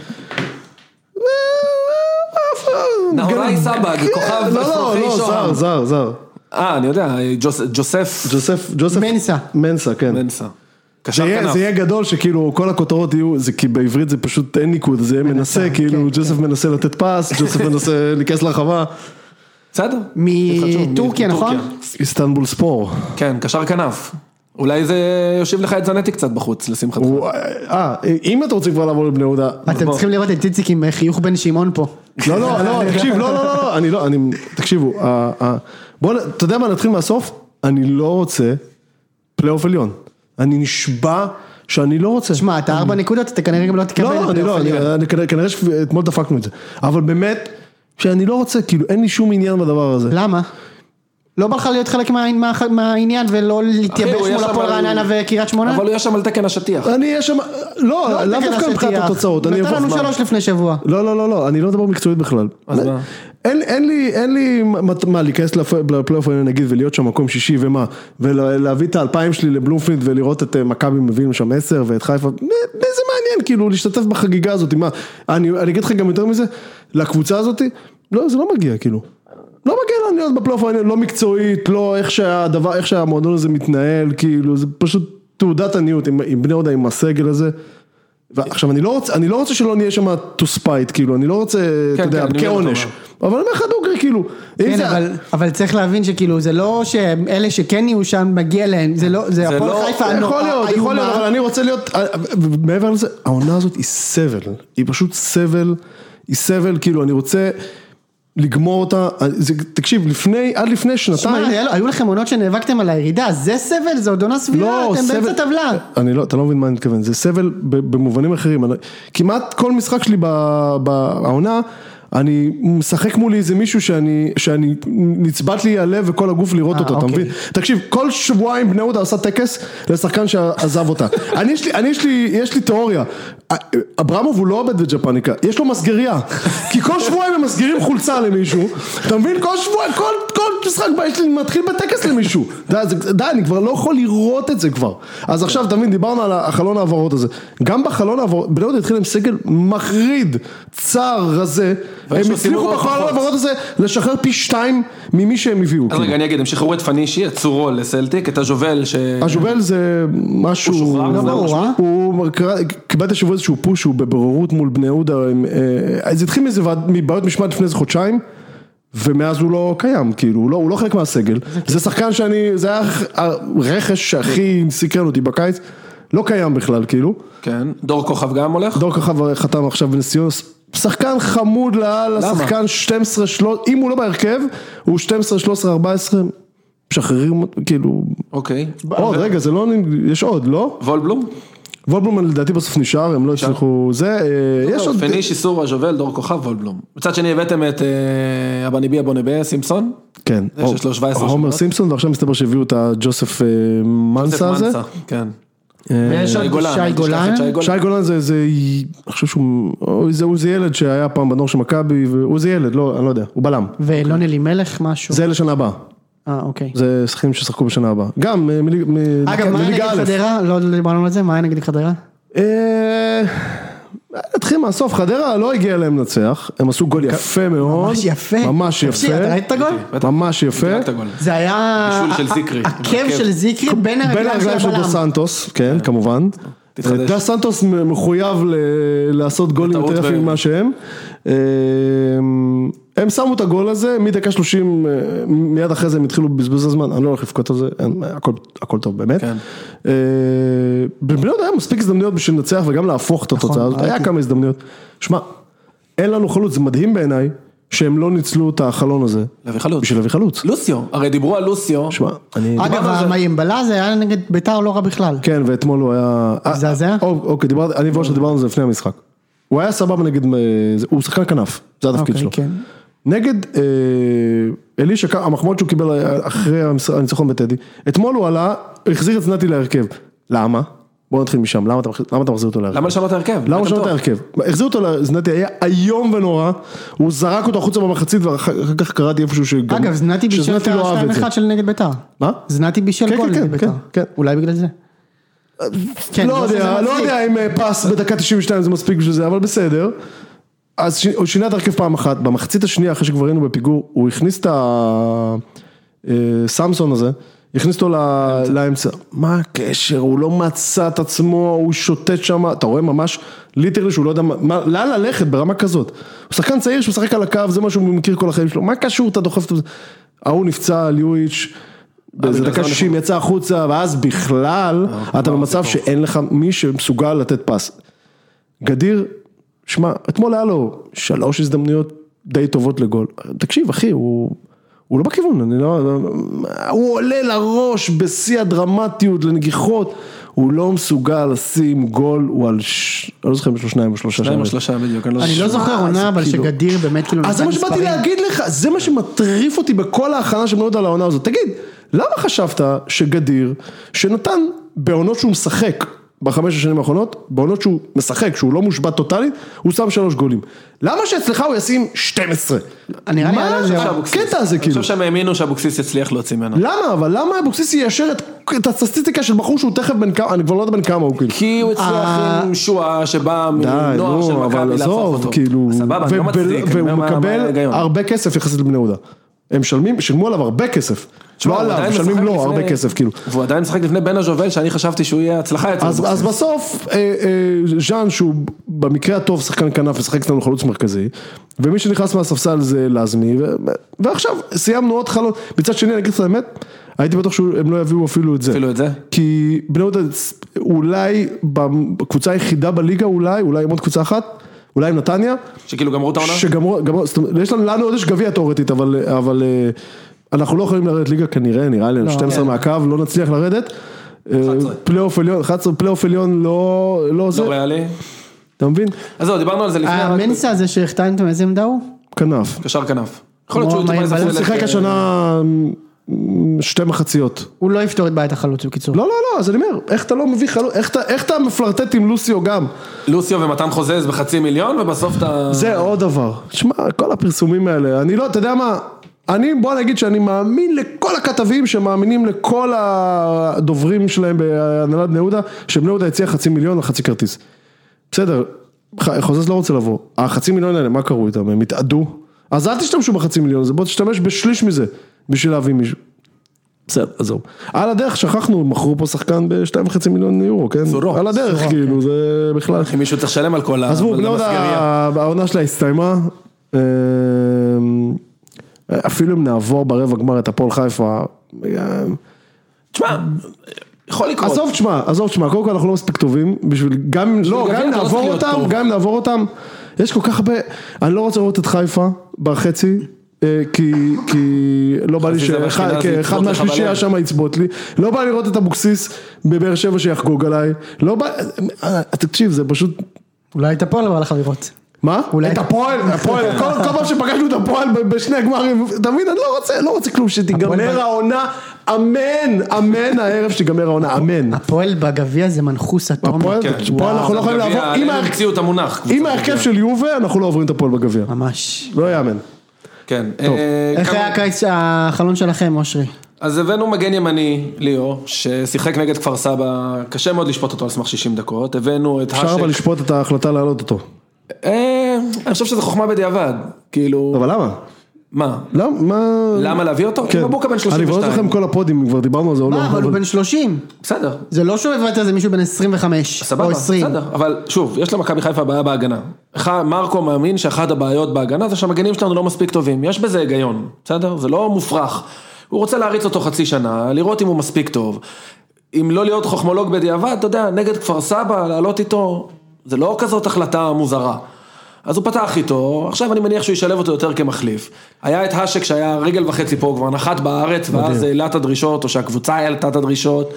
נאורי נכון, סבג, כוכב לא, לא, אפרוחי לא, זר, שוהם. זר, זר. אה, אני יודע, ג'וס- ג'וסף ג'וסף, ג'וסף. מנסה. מנסה, כן. מנסה. זה קשר יהיה- כנף. זה יהיה גדול שכאילו כל הכותרות יהיו, זה כי בעברית זה פשוט אין ניקוד, זה יהיה מנסה, כאילו ג'וסף מנסה לתת פס, ג'וסף מנסה להיכנס לרחבה, בסדר. מטורקיה, נכון? איסטנבול ספור. כן, קשר כנף. אולי זה יושיב לך את זנתי קצת בחוץ, לשמחתך. הוא- אה, אם אתה רוצה כבר לעבור לבני יהודה, אתם צריכים לראות את איציק עם חיוך בן שמעון פה. לא, לא, לא, תקשיב, לא, לא, לא, לא, אני לא, אני, תקשיבו, אה, אה, בואו, אתה יודע מה, נתחיל מהסוף, אני לא רוצה פלייאוף עליון. אני נשבע שאני לא רוצה. שמע, <clears throat> אתה ארבע נקודות, אתה כנראה גם לא תקבל לא, לא, אני לא, בפלייאוף אני- עליון. אני כנראה- כנראה שאתמול דפקנו את זה. אבל באמת, שאני לא רוצה, כאילו, אין לי שום עניין בדבר הזה. למה? לא בא לך להיות חלק מה- מה- מהעניין ולא להתייבש הוא יהיה מול שם הפועל על- רעננה וקריית שמונה? אבל הוא יהיה שם על תקן השטיח. אני אהיה שם, לא, לאו תקן דווקא מבחינת השטיח. התוצאות, אני נתן אהפוך לנו מה. שלוש לפני שבוע. לא, לא, לא, לא, אני לא מדבר מקצועית בכלל. אז מה? אין, אין לי, אין לי מה, מה להיכנס לפ- לפלייאוף העליון נגיד ולהיות שם מקום שישי ומה, ולהביא את האלפיים שלי לבלומפילד ולראות את אה, מכבי מביאים שם עשר ואת חיפה, מ- מי זה מעניין כאילו להשתתף בחגיגה הזאת, מה, אני, אני אגיד לך גם יותר מזה, לקבוצה הזאת, לא, זה לא מגיע כאילו, לא מגיע להיות בפלייאוף העניין, לא מקצועית, לא איך שהדבר, איך שהמועדון הזה מתנהל, כאילו, זה פשוט תעודת עניות עם, עם בני יהודה, עם הסגל הזה. ועכשיו, אני לא רוצה, אני לא רוצה שלא נהיה שם to spite, כאילו, אני לא רוצה, אתה כן, יודע, אני מבין מה כעונש. אתה אבל אני אומר לך דוגרי, כאילו, אם כן, זה... אבל, אבל צריך להבין שכאילו, זה לא שאלה שכן יהיו שם, מגיע להם, זה לא, זה הפועל לא- חיפה הנורא, יכול להיות, יכול להיות, האיומה. אבל אני רוצה להיות, מעבר לזה, העונה הזאת היא סבל, היא פשוט סבל, היא סבל, כאילו, אני רוצה לגמור אותה, אה, זה, תקשיב, לפני, עד לפני שנתיים, שמע, היה לו- היו לכם עונות שנאבקתם על הירידה, זה סבל, זה עוד עונה סבירה, לא, אתם סבל- באמצע טבלה. אני לא, אתה לא מבין מה אני מתכוון, זה סבל ב- במובנים אחרים, אני, כמעט כל משחק שלי ב- בעונה, אני משחק מולי איזה מישהו שאני, שאני, נצבט לי הלב וכל הגוף לראות אה, אותו, אתה אוקיי. מבין? תקשיב, כל שבועיים בני יהודה עשה טקס לשחקן שעזב אותה. <laughs> אני יש לי, אני יש לי, יש לי תיאוריה. אברמוב הוא לא עובד בג'פניקה, יש לו מסגריה. <laughs> כי כל שבועיים הם מסגרים חולצה למישהו, אתה מבין? כל שבועיים, כל, כל משחק בא, יש לי, מתחיל בטקס למישהו. די, זה- די, אני כבר לא יכול לראות את זה כבר. אז עכשיו, אתה מבין, דיברנו על החלון ההעברות הזה. גם בחלון ההעברות, בני יהודה התחיל עם סגל מחריד, צר, רזה. ויש הם לו הצליחו סיבוב בחלון הוכחות. ההעברות הזה לשחרר פי שתיים ממי שהם הביאו. אז כאילו. רגע, אני אגיד, הם שחררו את פנישי, את צורו לסלטיק, את הז'ובל ש... אג'ובל זה משהו, הוא שוחרר, הוא- זה לא ברור, אה? הוא קרא- קיבלת השבוע איזשהו פוש, הוא בבוררות מול בני יהודה, הם, אה, זה התחיל מאיזה ועד- מבעיות משמעת לפני איזה חודשיים, ומאז הוא לא קיים, כאילו, הוא לא, הוא לא חלק מהסגל, כאילו- זה שחקן שאני, זה היה הרכש שהכי סקרן אותי בקיץ, לא קיים בכלל, כאילו, כן. דור כוכב גם הולך? דור ככה חתם עכשיו בנס ציונה, שחקן חמוד לאללה, למה? שחקן 12, 13, אם הוא לא בהרכב, הוא 12, 13, 14, משחררים, אותו, כאילו, אוקיי. עוד, רגע, זה לא, יש עוד, לא? וולבלום? וולבלומן לדעתי בסוף נשאר, הם לא הצליחו, זה, אה, לא, יש עוד, לא, פנישי, סורה, ז'ובל, דור כוכב, וולבלום. מצד שני הבאתם את אה, אבניבי אבונבה, סימפסון? כן, זה שיש לו 17 הומר שמות. סימפסון, ועכשיו מסתבר שהביאו את הג'וסף אה, מנסה הזה, מנסה, כן. אה, ויש עוד שי אל תשכח גולן, את שי גולן. שי גולן זה, זה, אני חושב שהוא, הוא זה- הוא זה ילד שהיה פעם בנור של מכבי, הוא זה ילד, לא, אני לא יודע, הוא בלם, ואלון אלימלך משהו. זה לשנה הבאה, אה, אוקיי. זה שחקנים ששחקו בשנה הבאה, גם אה, מליג- מ- אגב, מה היה מליגה נגד א', חדרה? לא דיברנו על זה, מה היה נגד חדרה? אה, נתחיל מהסוף, חדרה לא הגיע להם לנצח, הם עשו גול יפה מאוד, ממש יפה. ממש תקשיב, יפה. אתה ראית את הגול? ממש יפה, רק את הגול. זה היה... בישול של זיקרי. עקב עקב. של זיקרי כן, בין בין הרגליים של דו הבלם. סנטוס, כן, כמובן. אה, אה, תתחדש. דו סנטוס מחויב ל- לעשות גולים בטעות יותר ב- יפים ממה שהם. אה, הם שמו את הגול הזה, מדקה 30, אה, מיד אחרי זה הם התחילו בזבז הזמן, אני לא הולך לבכות על זה, אין, הכל- הכל טוב באמת. כן. אה, בבני יהודה היה מספיק הזדמנויות בשביל לנצח וגם להפוך את נכון, התוצאה הזאת, היה כמה הזדמנויות. שמע, אין לנו חלוץ, זה מדהים בעיניי, שהם לא ניצלו את החלון הזה. להביא חלוץ. בשביל להביא חלוץ. לוסיו, הרי דיברו על לוסיו. שמע, אני... אגב, המיימבלה זה היה נגד ביתר לא רע בכלל. כן, ואתמול הוא היה... מזעזע? אה, אוקיי, דיברתי, אני ואושר דיברנו על זה לפני המשחק. הוא היה סבבה נגד, אה, זה- הוא שחקן כנף, זה התפקיד אוקיי, שלו. כן. נגד אה, אלישע, ק- המחמאות שהוא קיבל אה, אחרי המש- הניצחון בטדי, אתמול הוא עלה, החזיר את זנתי להרכב. למה? בוא נתחיל משם, למה אתה מחזיר- למה אתה מחזיר אותו להרכב? למה לשנות את ההרכב? למה הוא הבאתם שנות את טוב. ההרכב? החזיר אותו לזנתי, היה איום ונורא, הוא זרק אותו החוצה במחצית ואחר כך קראתי איפשהו שגם... אגב, זנתי בישל את שזנתי כן. לא אהב את זה. ה-2-1 של נגד ביתר. מה? זנתי בישל כן, גול כן, נגד כן, ביתר. כן, כן. אולי בגלל זה. כן, לא שזה יודע, לא מצחיק. יודע אם אה, פס בדקה 92 זה מספיק בשביל זה, אבל בסדר. אז ש- הוא שינה את הרכב פעם אחת, במחצית השנייה אחרי שכבר היינו בפיגור, הוא הכניס את הסמסון הזה, הכניס אותו ל- לאמצע. מה הקשר, הוא לא מצא את עצמו, הוא שוטט שם, אתה רואה ממש ליטרלי שהוא לא יודע מה- מה- לאן ללכת ברמה כזאת. הוא שחקן צעיר שמשחק על הקו, זה מה שהוא מכיר כל החיים שלו, מה קשור אתה דוחף את זה? ההוא נפצע, ליואיץ'. באיזה אה, בגלל זה אה, דקה הוא 60 יצא החוצה, ואז בכלל, אתה במצב שאין לך מי שמסוגל לתת פס. גדיר, שמע, אתמול היה לו שלוש הזדמנויות די טובות לגול. תקשיב, אחי, הוא, הוא לא בכיוון, אני לא... הוא עולה לראש בשיא הדרמטיות לנגיחות, הוא לא מסוגל לשים גול, הוא על... ש... אני לא זוכר אם יש לו שניים או שלושה. שניים או שם. שלושה בדיוק, אני לא אני לא זוכר. זוכר עונה, אבל כאילו- שגדיר באמת כאילו... אז זה נתן מה שבאתי מספרים. להגיד לך, זה מה שמטריף אותי בכל ההכנה של בני יהודה לעונה הזאת. תגיד, למה חשבת שגדיר, שנתן בעונות שהוא משחק בחמש השנים האחרונות, בעונות שהוא משחק, שהוא לא מושבת טוטאלית, הוא שם שלוש גולים. למה שאצלך הוא ישים 12? נראה לי מה היה לו כן. איזה- הקטע הזה אני כאילו? חושב שהם האמינו שאבוקסיס יצליח להוציא ממנו. למה אבל? למה אבוקסיס יאשר את- את הסטטיסטיקה של בחור שהוא תכף בן כמה, אני כבר לא יודע בן כמה הוא כאילו. כי הוא הצליח אה. עם שואה שבא די, מנוער כאילו, של נו, אבל מכבי להפוך עזוב, אותו. כאילו, סבבה, אני לא וב- מצדיק. אני והוא אומר מה- מה מקבל ההיגיון. הרבה כסף יחסית לבני יהודה. הם משלמים, שילמו עליו הרבה כסף. לא הוא עליו, עדיין משלמים משחק לו לפני- הרבה כסף, כאילו. והוא עדיין משחק לפני בן הז'ובל, שאני חשבתי שהוא יהיה הצלחה אצלנו. אז, אז בסוף, אה, אה, ז'אן שהוא במקרה הטוב שחקן כנף ישחק אצלנו חלוץ מרכזי, ומי שנכנס מהספסל זה לזמי, ו- ועכשיו סיימנו עוד חלון, מצד שני אני אגיד לך את האמת, הייתי בטוח שהם לא יביאו אפילו את זה. אפילו את זה? כי בני יהודה אולי בקבוצה היחידה בליגה אולי, אולי עם עוד קבוצה אחת, אולי עם נתניה, שכאילו גמרו את העונה? שגמרו, גמרו, זאת אומרת, יש לנו, לנו עוד יש גביע תאורטית, אבל, אבל אה, אנחנו לא יכולים לרדת ליגה כנראה, נראה לי, 12 כן. מהקו, לא נצליח לרדת. אה, 11. פלייאוף עליון, 11 פלייאוף עליון לא, לא זה, לא ריאלי. אתה מבין? אז זהו, דיברנו על זה לפני, רק המנסה הזה אה, שהחתמתם, איזה עמדה הוא? כנף. קשר כנף. יכול להיות שהוא כמו יטופל מהיר לספסל בלם. את- שיחק השנה אה, שתי מחציות. הוא לא יפתור את בעיית החלוץ בקיצור. לא, לא, לא, אז אני אומר, איך אתה לא מביא חלוץ, איך, אתה- איך אתה מפלרטט עם לוסיו גם? לוסיו ומתן חוזז בחצי מיליון, ובסוף אתה... זה עוד דבר. שמע, כל הפרסומים האלה, אני לא, אתה יודע מה, אני, בוא נגיד שאני מאמין לכל הכתבים שמאמינים לכל הדוברים שלהם בהנהלת בני יהודה, שבני יהודה הציע חצי מיליון על חצי כרטיס. בסדר, ח- חוזז לא רוצה לבוא. החצי מיליון האלה, מה קרו איתם? הם התאדו? אז אל תשתמשו בחצי מיליון הזה, בוא תשתמש בשליש מזה, בשביל להביא מישהו. בסדר, עזוב. על הדרך שכחנו, מכרו פה שחקן בשתיים וחצי מיליון יורו, כן? צורו. על הדרך, צורו, כאילו, זה בכלל... כי מישהו צריך לשלם על כל ה... עזבו, על בני יהודה, המסגריה. לא, העונה שלה הסתיימה. אמ, אפילו אם נעבור ברבע גמר את הפועל חיפה. אמ, תשמע, יכול לקרות. עזוב תשמע, עזוב תשמע, קודם כל אנחנו לא מספיק טובים בשביל, גם, לא, גביע גם אם אתה לא צריך נעבור להיות אותם, טוב. גם אם נעבור אותם, יש כל כך הרבה, אני לא רוצה לראות את חיפה בחצי. אה, כי, כי לא בא לי חצי זה שאחד באשכנזי כי יצבוט אחד לך מהשלישייה בלב. שם יצבוט לי, לא בא לי לראות את אבוקסיס בבאר שבע שיחגוג עליי, לא בא, אה, תקשיב זה פשוט אולי הייתה פה, אבל הלך לראות. מה? אולי- את הפועל, <laughs> הפועל, כל כל פעם שפגשנו את הפועל ב- בשני הגמרים, תמיד אני לא רוצה, לא רוצה כלום הפועל ב- שתיגמר העונה, אמן, אמן הערב שתיגמר העונה, אמן. <laughs> הפועל בגביע זה מנחוס אטומי. הפועל, כן. פה וואו, אנחנו לא זה יכולים גביע, לעבור, הם עם ההרכ- המציאו את המונח. עם ההרכב של יובה אנחנו לא עוברים את הפועל בגביע, ממש. לא יאמן. כן. אה, איך כמה- היה הקיץ, החלון שלכם, אושרי? לא, אז הבאנו מגן ימני, ליאור, ששיחק נגד כפר סבא, קשה מאוד לשפוט אותו על סמך 60 דקות. הבאנו את אפשר אבל האשק. לשפוט את ההחלטה להעלות אותו, אה, אני חושב שזה חוכמה בדיעבד. כאילו, אבל למה? מה? למה? לא, מה- למה להביא אותו? כי כן. מבוקה בן אני מברך 32. לכם כל הפודים, כבר דיברנו על זה, או לא, מה, אבל הוא אבל- בן 30. בסדר. זה לא שהוא הבאת איזה מישהו בן 25. או סבבה, 20. בסדר, אבל שוב, יש למכבי חיפה בעיה בהגנה. אחד- מרקו מאמין שאחת הבעיות בהגנה זה שהמגנים שלנו לא מספיק טובים, יש בזה היגיון, בסדר? זה לא מופרך. הוא רוצה להריץ אותו חצי שנה, לראות אם הוא מספיק טוב. אם לא להיות חוכמולוג בדיעבד, אתה יודע, נגד כפר סבא, לעלות איתו, זה לא כזאת החלטה מוזרה. אז הוא פתח איתו, עכשיו אני מניח שהוא ישלב אותו יותר כמחליף. היה את האשק שהיה רגל וחצי פה, הוא כבר נחת בארץ, ואז העלה את הדרישות, או שהקבוצה העלתה את הדרישות.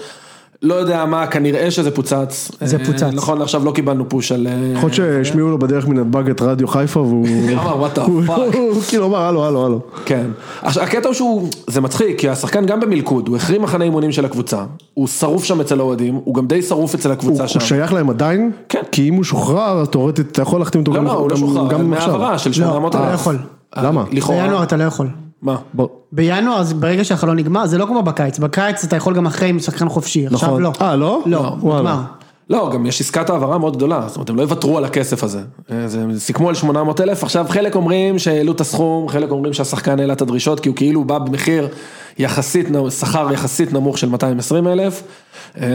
לא יודע מה, כנראה שזה פוצץ. זה אה, פוצץ. נכון לעכשיו לא קיבלנו פוש על... אה, יכול להיות שהשמיעו לו בדרך מנתב"ג את רדיו חיפה והוא, <laughs> אמר, "What the הוא- fuck?" הוא כאילו אמר הלו הלו הלו, כן. עכשיו, הקטע הוא שהוא, זה מצחיק, כי השחקן גם במלכוד, הוא החרים מחנה אימונים של הקבוצה, הוא שרוף שם אצל האוהדים, הוא גם די שרוף אצל הוא הקבוצה הוא שם. שייך להם עדיין? כן. כי אם הוא שוחרר, אז תאורטית אתה יכול להחתים אותו לא, גם לא, הוא לא גם- שוחרר, גם גם עכשיו. מהעברה של 800 לא יכול. למה? אה, לכאורה. בינואר אתה לא יכול. מה? ב- בינואר, אז ברגע שהחלון נגמר, זה לא כמו בקיץ. בקיץ אתה יכול גם אחרי עם שחקן חופשי. עכשיו נכון. לא. אה, לא? לא, לא. וואלה. נגמר. לא, גם יש עסקת העברה מאוד גדולה, זאת אומרת, הם לא יוותרו על הכסף הזה. אה, זה- הם סיכמו על 800 אלף, עכשיו חלק אומרים שהעלו את הסכום, חלק אומרים שהשחקן העלה את הדרישות, כי הוא כאילו בא במחיר יחסית, נ- שכר יחסית נמוך של 220 אלף. אה,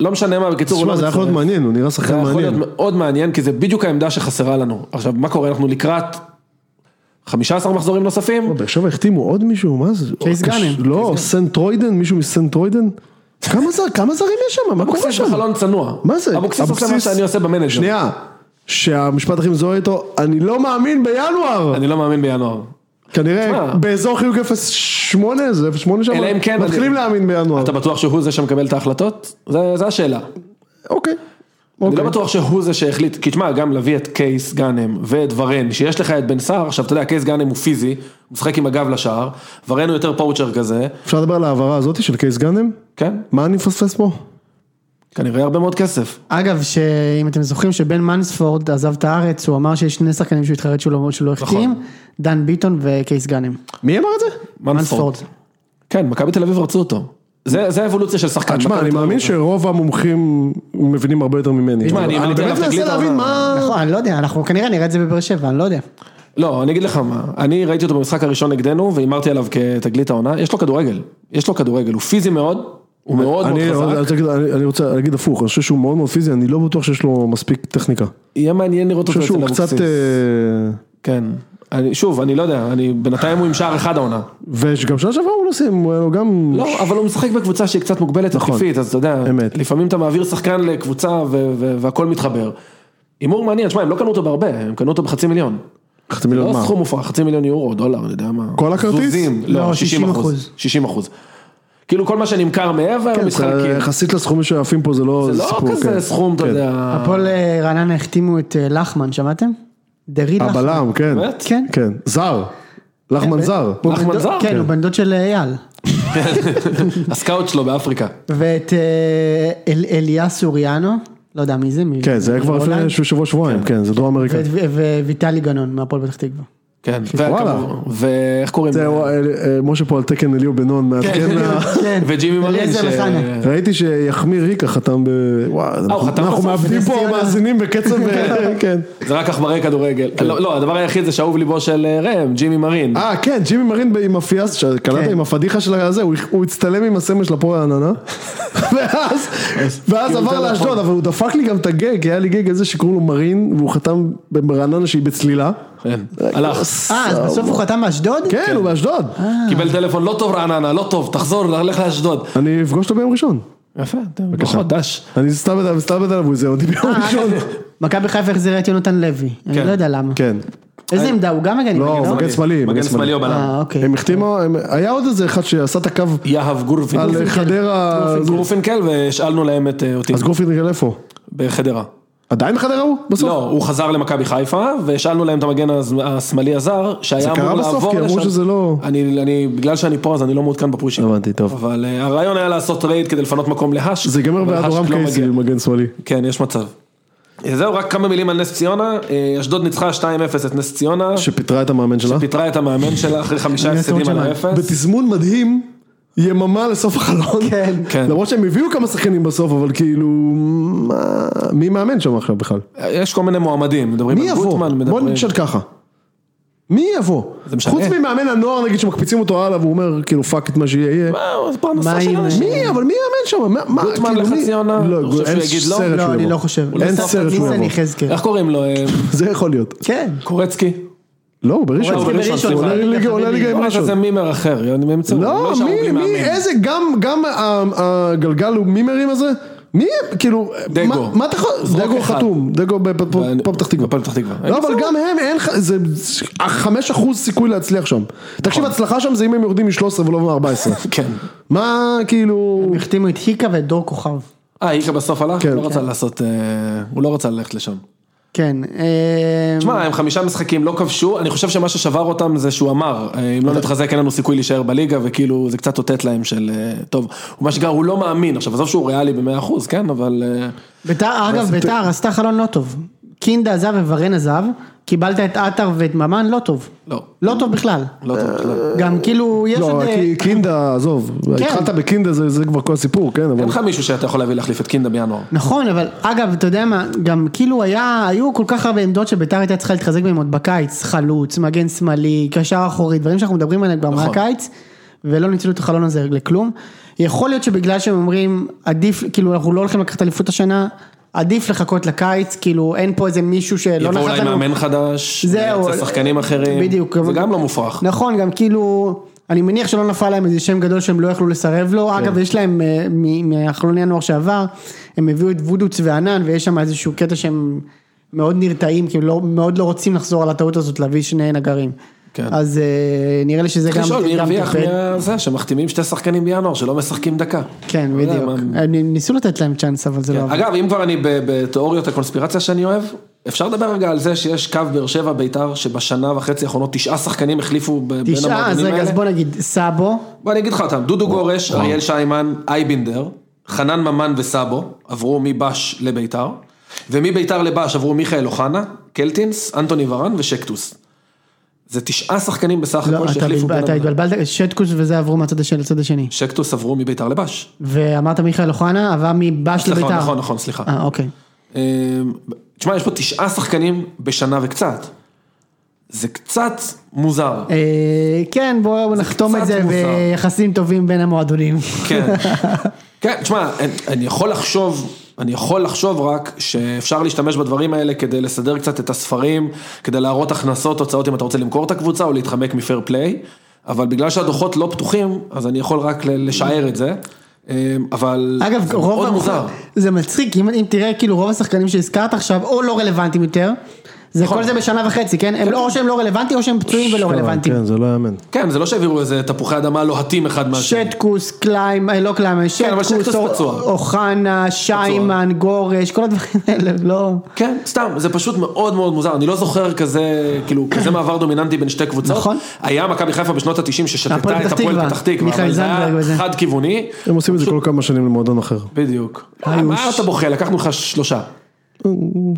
לא משנה מה, בקיצור, הוא תשמע, לא זה יכול להיות מצטרף. מעניין, הוא נראה זה שחקן יכול להיות מעניין. מאוד מעניין, כי זה בדיוק העמדה שחסרה לנו. עכשיו, מה קורה? אנחנו לקראת 15 מחזורים נוספים, באר שבע החתימו עוד מישהו, מה זה? קייס קש- גאנם. לא, סנטרוידן, מישהו מסנטרוידן? כמה זר- כמה זרים יש שם? מה קורה אבוקסיס שם? בחלון צנוע. מה זה? אבוקסיס עושה מה אבוקסיס- שאני עושה במנג'ר. שנייה, שהמשפט הכי מזוהה איתו, אני לא מאמין בינואר. אני לא מאמין בינואר. כנראה תשמע. באזור חיוג 08, זה 08 שם? אלא אם כן... מתחילים אני- להאמין בינואר. אתה בטוח שהוא זה שמקבל את ההחלטות? זה- זה השאלה. אוקיי. אני אוקיי. לא בטוח שהוא זה שהחליט, כי תשמע, גם להביא את קייס גאנם ואת ורן, שיש לך את בן סער, עכשיו אתה יודע, קייס גאנם הוא פיזי, הוא משחק עם הגב לשער, ורן הוא יותר פאוצ'ר כזה, אפשר לדבר על ההעברה הזאת של קייס גאנם? כן, מה אני מפספס פה? כנראה הרבה מאוד כסף. אגב, שאם אתם זוכרים שבן מנספורד עזב את הארץ, הוא אמר שיש שני שחקנים שהוא התחרט שהוא לא- שהוא לא נכון. החתים, דן ביטון וקייס גאנם. מי אמר את זה? מנספורד. מנספורד. כן, מכבי תל אביב רצו אותו. זה זה האבולוציה של שחקן. אה, תשמע, מכבי אני תל אביב מאמין רצו. שרוב המומחים מבינים הרבה יותר ממני. תשמע, אני- אני אה, באמת תכף מנסה תקליט להבין העונה. מה... נכון, אני לא יודע, אנחנו כנראה נראה את זה בבאר שבע, אני לא יודע. לא, אני אגיד לך מה, אני ראיתי אותו במשחק הראשון נגדנו והימרתי עליו כתגלית העונה, יש לו כדורגל, יש לו כדורגל, הוא פיזי מאוד, הוא מאוד מאוד אני- חזק, אני- אני- אני רוצה להגיד הפוך, אני חושב שהוא מאוד מאוד פיזי, אני לא בטוח שיש לו מספיק טכניקה. אני יהיה מעניין לראות חושב אותו אצל שהוא אבוקסיס. קצת... אה, כן, אני, שוב, אני לא יודע, אני, בינתיים הוא עם שער אחד העונה. וגם שנה שעברה הוא לא סיים, הוא היה לו גם... לא, אבל הוא משחק בקבוצה שהיא קצת מוגבלת נכון. התקפית, אז אתה יודע, אמת. לפעמים אתה מעביר שחקן לקבוצה ו- ו- והכל מתחבר. הימור מעניין, שמע, הם לא קנו אותו בהרבה, הם קנו אותו בחצי מיליון. חצי מיליון לא מה? סכום מופרך, חצי מיליון יורו, דולר, אני יודע מה. כל הכרטיס? זוזים, לא, לא, 60 אחוז. אחוז. 60 אחוז. כאילו כל מה שנמכר מעבר, כן, מתחלקים. זה- יחסית לסכומים שעפים פה זה לא לא זה לא סיפור, כן. כזה סכום, אתה כן. יודע. הפועל אה, רעננה החתימו את אה, לחמן, שמעתם? דרי לחמן. הבלם, כן. באמת? כן. כן. זר. לחמן זר. הוא לחמן בן דוד- זר? כן. כן, הוא בן דוד של אייל. הסקאוט שלו באפריקה. ואת אה, אל- אליה סוריאנו, לא יודע מי זה, מי... כן, זה היה כבר לפני מהולנד. איזשהו שבוע שבועיים, כן, זה דרום אמריקה. ואת- ו- וויטלי גנון מהפועל פתח תקווה. כן. וואלה. וכמובן- ואיך קוראים? זה הוא- אה, אה, משה פה על תקן אליהו בנון <laughs> מעדכן. מה- כן. וג'ימי מרין. אליעזר ש- לחנה. ראיתי שיחמיר ריקה חתם ב... וואי, אנחנו- חתם אנחנו בסוף? מאבדים בנס פה ציונה. מאזינים בקצב... אה, <laughs> כן. זה רק עכברי כדורגל. לא, לא, הדבר היחיד זה שאהוב ליבו של אה, ראם, ג'ימי מרין. אה, כן, ג'ימי מרין ב- עם הפיאס, שקלטת כן. עם הפדיחה של הזה, הוא- הוא הצטלם עם הסמל של הפועל העננה, <laughs> ואז ואז כאילו עבר יותר לאשדוד, נכון. אבל הוא דפק לי גם את הגג, היה לי גג איזה שקראו לו מרין, והוא חתם ברעננה שהיא בצלילה. כן, הלך. כאילו אה, אז בסוף הוא חתם מאשדוד? כן, הוא באשדוד. קיבל טלפון, לא טוב רעננה, לא טוב, תחזור, לך לאשדוד. אני אפגוש אותו ביום ראשון. יפה, בבקחות, דש. אני סתם מסתלבט עליו, הוא זה עוד ביום אה, ראשון. אגב, מכבי חיפה החזירה את יונתן לוי, אני לא יודע למה. כן. איזה עמדה, הוא גם מגן? לא, הוא מגן שמאלי. מגן שמאלי או בלם. אה, אוקיי. הם החתימו, הם- היה עוד איזה אחד שעשה את הקו יהב גורפין. על חדרה, גורפינקל, והשאלנו להם את אה, אותי אז גורפין ריגל איפה? בחדרה. עדיין בחדרה הוא? בסוף? לא, הוא חזר למכבי חיפה, והשאלנו להם את המגן הז- השמאלי הזר, זה שהיה אמור קרה לעבור לשם. בסוף, כי אמרו שזה לא- אני, אני, בגלל שאני פה, אז אני לא מעודכן בפרישים. הבנתי, טוב. אבל אה, הרעיון היה לעשות טרייד כדי לפנות מקום להאש. זה ייגמר אבל בעד האש אורם לא קייסי, מגיע. מגן שמאלי. כן, יש מצב. אה, זהו, רק כמה מילים על נס ציונה. אה, אשדוד ניצחה 2-0 את נס ציונה, שפיטרה את המאמן שלה. פיטרה את המאמן שלה אחרי חמישה אני הפסדים אעשה על עוד האפס. בתזמון מדהים, יממה לסוף החלון. כן. כן. למרות שהם הביאו כמה שחקנים בסוף, אבל כאילו, מה- מי מאמן שם עכשיו בכלל? אה, יש כל מיני מועמדים, מדברים מי על יבוא? גוטמן, בוא מדברים. נשאל ככה. מי יבוא? זה משנה. חוץ ממאמן הנוער נגיד שמקפיצים אותו הלאה והוא אומר כאילו פאק את מה שיהיה יהיה. אה, זה פרנסה מה של עם- אנשים. מי? אבל מי יאמן שם? מה- מה? גוטמן כאילו, מי? לחצי עונה? לא, אתה חושב אין שהוא יגיד לא? סרט לא, שהוא אני יבוא. לא חושב. אין סרט שהוא ניסן יבוא. יחזקאל. איך קוראים לו? אה, זה יכול להיות. כן. קורצקי? לא, הוא בראשון. הוא בראשון, הוא עולה סליחה. ליגה- עולה ליגה עם בוא נעשה ראשון. איזה מימר אחר, יוני, הם ימצאו, הם לא, יישארו מי, בלי מי, מאמן. אה? איזה, גם, גם ה- הגלגל הוא מימרים הזה, מי, כאילו, דגו. מה, מה אתה יכול, זרוק דגו אחד. חתום, דגו ואני- בפועל פתח תקווה, בפועל פתח תקווה. לא, אבל גם הם, אין, ח- זה חמש אחוז סיכוי להצליח שם, תקשיב, הצלחה שם זה אם הם יורדים מ-13 ולא מ-14, נכון. כן. מה, כאילו, הם החתימו את היקה ואת דור כוכב. אה, איקה בסוף הלך? כן. הוא לא רצה כן. לעשות, אה, הוא לא רצה ללכת לשם. כן. אה, תשמע, הם חמישה משחקים לא כבשו, אני חושב שמה ששבר אותם זה שהוא אמר, אה, אם לא נתחזק אין לנו סיכוי להישאר בליגה, וכאילו זה קצת אותת להם של, אה, טוב, הוא מה שגר, הוא לא מאמין, עכשיו עזוב שהוא ריאלי במאה אחוז, כן, אבל... אה, ביתר, אגב, ביתר עשתה חלון לא טוב. קינדה עזב וורן עזב, קיבלת את עטר ואת ממן, לא טוב. לא. לא טוב בכלל. לא טוב, לא. גם כאילו, יש לא, עוד... אה, <coughs> כן. כי קינדה, עזוב, התחלת בקינדה זה זה כבר כל הסיפור, כן, אבל, אין לך מישהו שאתה יכול להביא להחליף את קינדה בינואר. נכון, אבל אגב, אתה יודע מה, גם כאילו היה, היו כל כך הרבה עמדות שביתר הייתה צריכה להתחזק בהן עוד בקיץ, חלוץ, מגן שמאלי, קשר אחורי, דברים שאנחנו מדברים עליהם כבר נכון. מהקיץ, ולא ניצלו את החלון הזה לכלום. יכול להיות שבגלל שהם אומרים, עדיף, כאילו אנחנו לא הולכים לקחת אליפות השנה, עדיף לחכות לקיץ, כאילו אין פה איזה מישהו שלא יבוא לא נחת אולי לנו. מאמן חדש, זהו. אה, ירצה שחקנים אחרים, בדיוק. זה גם לא מופרך. נכון, גם כאילו, אני מניח שלא נפל להם איזה שם גדול שהם לא יכלו לסרב כן. לו. אגב, יש להם, אה, מ- מהחלון ינואר שעבר, הם הביאו את וודוץ וענן, ויש שם איזשהו קטע שהם מאוד נרתעים, כי הם לא- מאוד לא רוצים לחזור על הטעות הזאת, להביא שני נגרים. כן. אז אה, נראה לי שזה צריך גם... לשאול מי גם הרוויח טפל. מזה שמחתימים שתי שחקנים בינואר שלא משחקים דקה. כן, אתה לא יודע, בדיוק. מה- הם ניסו לתת להם צ'אנס, אבל זה לא... כן. עבד. אגב, אם כבר אני ב- בתיאוריות הקונספירציה שאני אוהב, אפשר לדבר רגע על זה שיש קו באר שבע ביתר שבשנה וחצי האחרונות תשעה שחקנים החליפו ב- בין המועדונים תשעה, האלה. אז רגע, אז בוא נגיד, סאבו, בוא אני אגיד לך אותם, דודו גורש, אריאל שיימן, אייבינדר, חנן ממן וסאבו עברו מבאש לביתר, ומביתר לבאש עברו מיכאל אוחנה, קלטינס, אנטוני ורן ושקטוס. זה תשעה שחקנים בסך לא, הכל אתה שהחליפו בלב- בין אתה המועדונים. התבלבלת, שטקוס וזה עברו מהצד השני לצד השני. שקטוס עברו מביתר לבאש. ואמרת מיכאל אוחנה, עבר מבאש סליחה, לביתר. נכון, נכון, סליחה. אה, אוקיי. אמ, תשמע, יש פה תשעה שחקנים בשנה וקצת. זה קצת מוזר. אה, כן, בואו נחתום את קצת זה מוזר. ביחסים טובים בין המועדונים. כן. כן, תשמע, אני- אני יכול לחשוב, אני יכול לחשוב רק שאפשר להשתמש בדברים האלה כדי לסדר קצת את הספרים, כדי להראות הכנסות, הוצאות אם אתה רוצה למכור את הקבוצה או להתחמק מפייר פליי, אבל בגלל שהדוחות לא פתוחים, אז אני יכול רק ל- לשער את זה, אה, אבל אגב, זה רוב... מאוד ה- מוזר. זה מצחיק, אם, אם תראה, כאילו רוב השחקנים שהזכרת עכשיו, או לא רלוונטיים יותר, זה נכון. כל זה בשנה וחצי, כן? הם, או שהם לא רלוונטיים, או שהם פצועים ולא רלוונטיים. כן, זה לא יאמן. כן, זה לא שהעבירו איזה תפוחי אדמה לוהטים אחד מהשני. שטקוס, קליים, אה, לא קליים, כן. אבל שטקוס, שטקוס פצוע. אוח- אוחנה, שיימן, גורש, כל הדברים האלה, לא... כן, סתם, זה פשוט מאוד מאוד מוזר, אני לא זוכר כזה, כאילו, <clears throat> כזה מעבר דומיננטי בין שתי קבוצות. נכון. היה מכבי חיפה בשנות ה-90 הפועל ששתתה את פתח הפועל תקווה. פתח תקווה, מיכאל אבל זה היה זנדברג וזה. חד כיווני. הם עושים את זה כל כמה שנים למועדון אחר. בדיוק. מה אתה בוכה? לקחנו לך שלושה.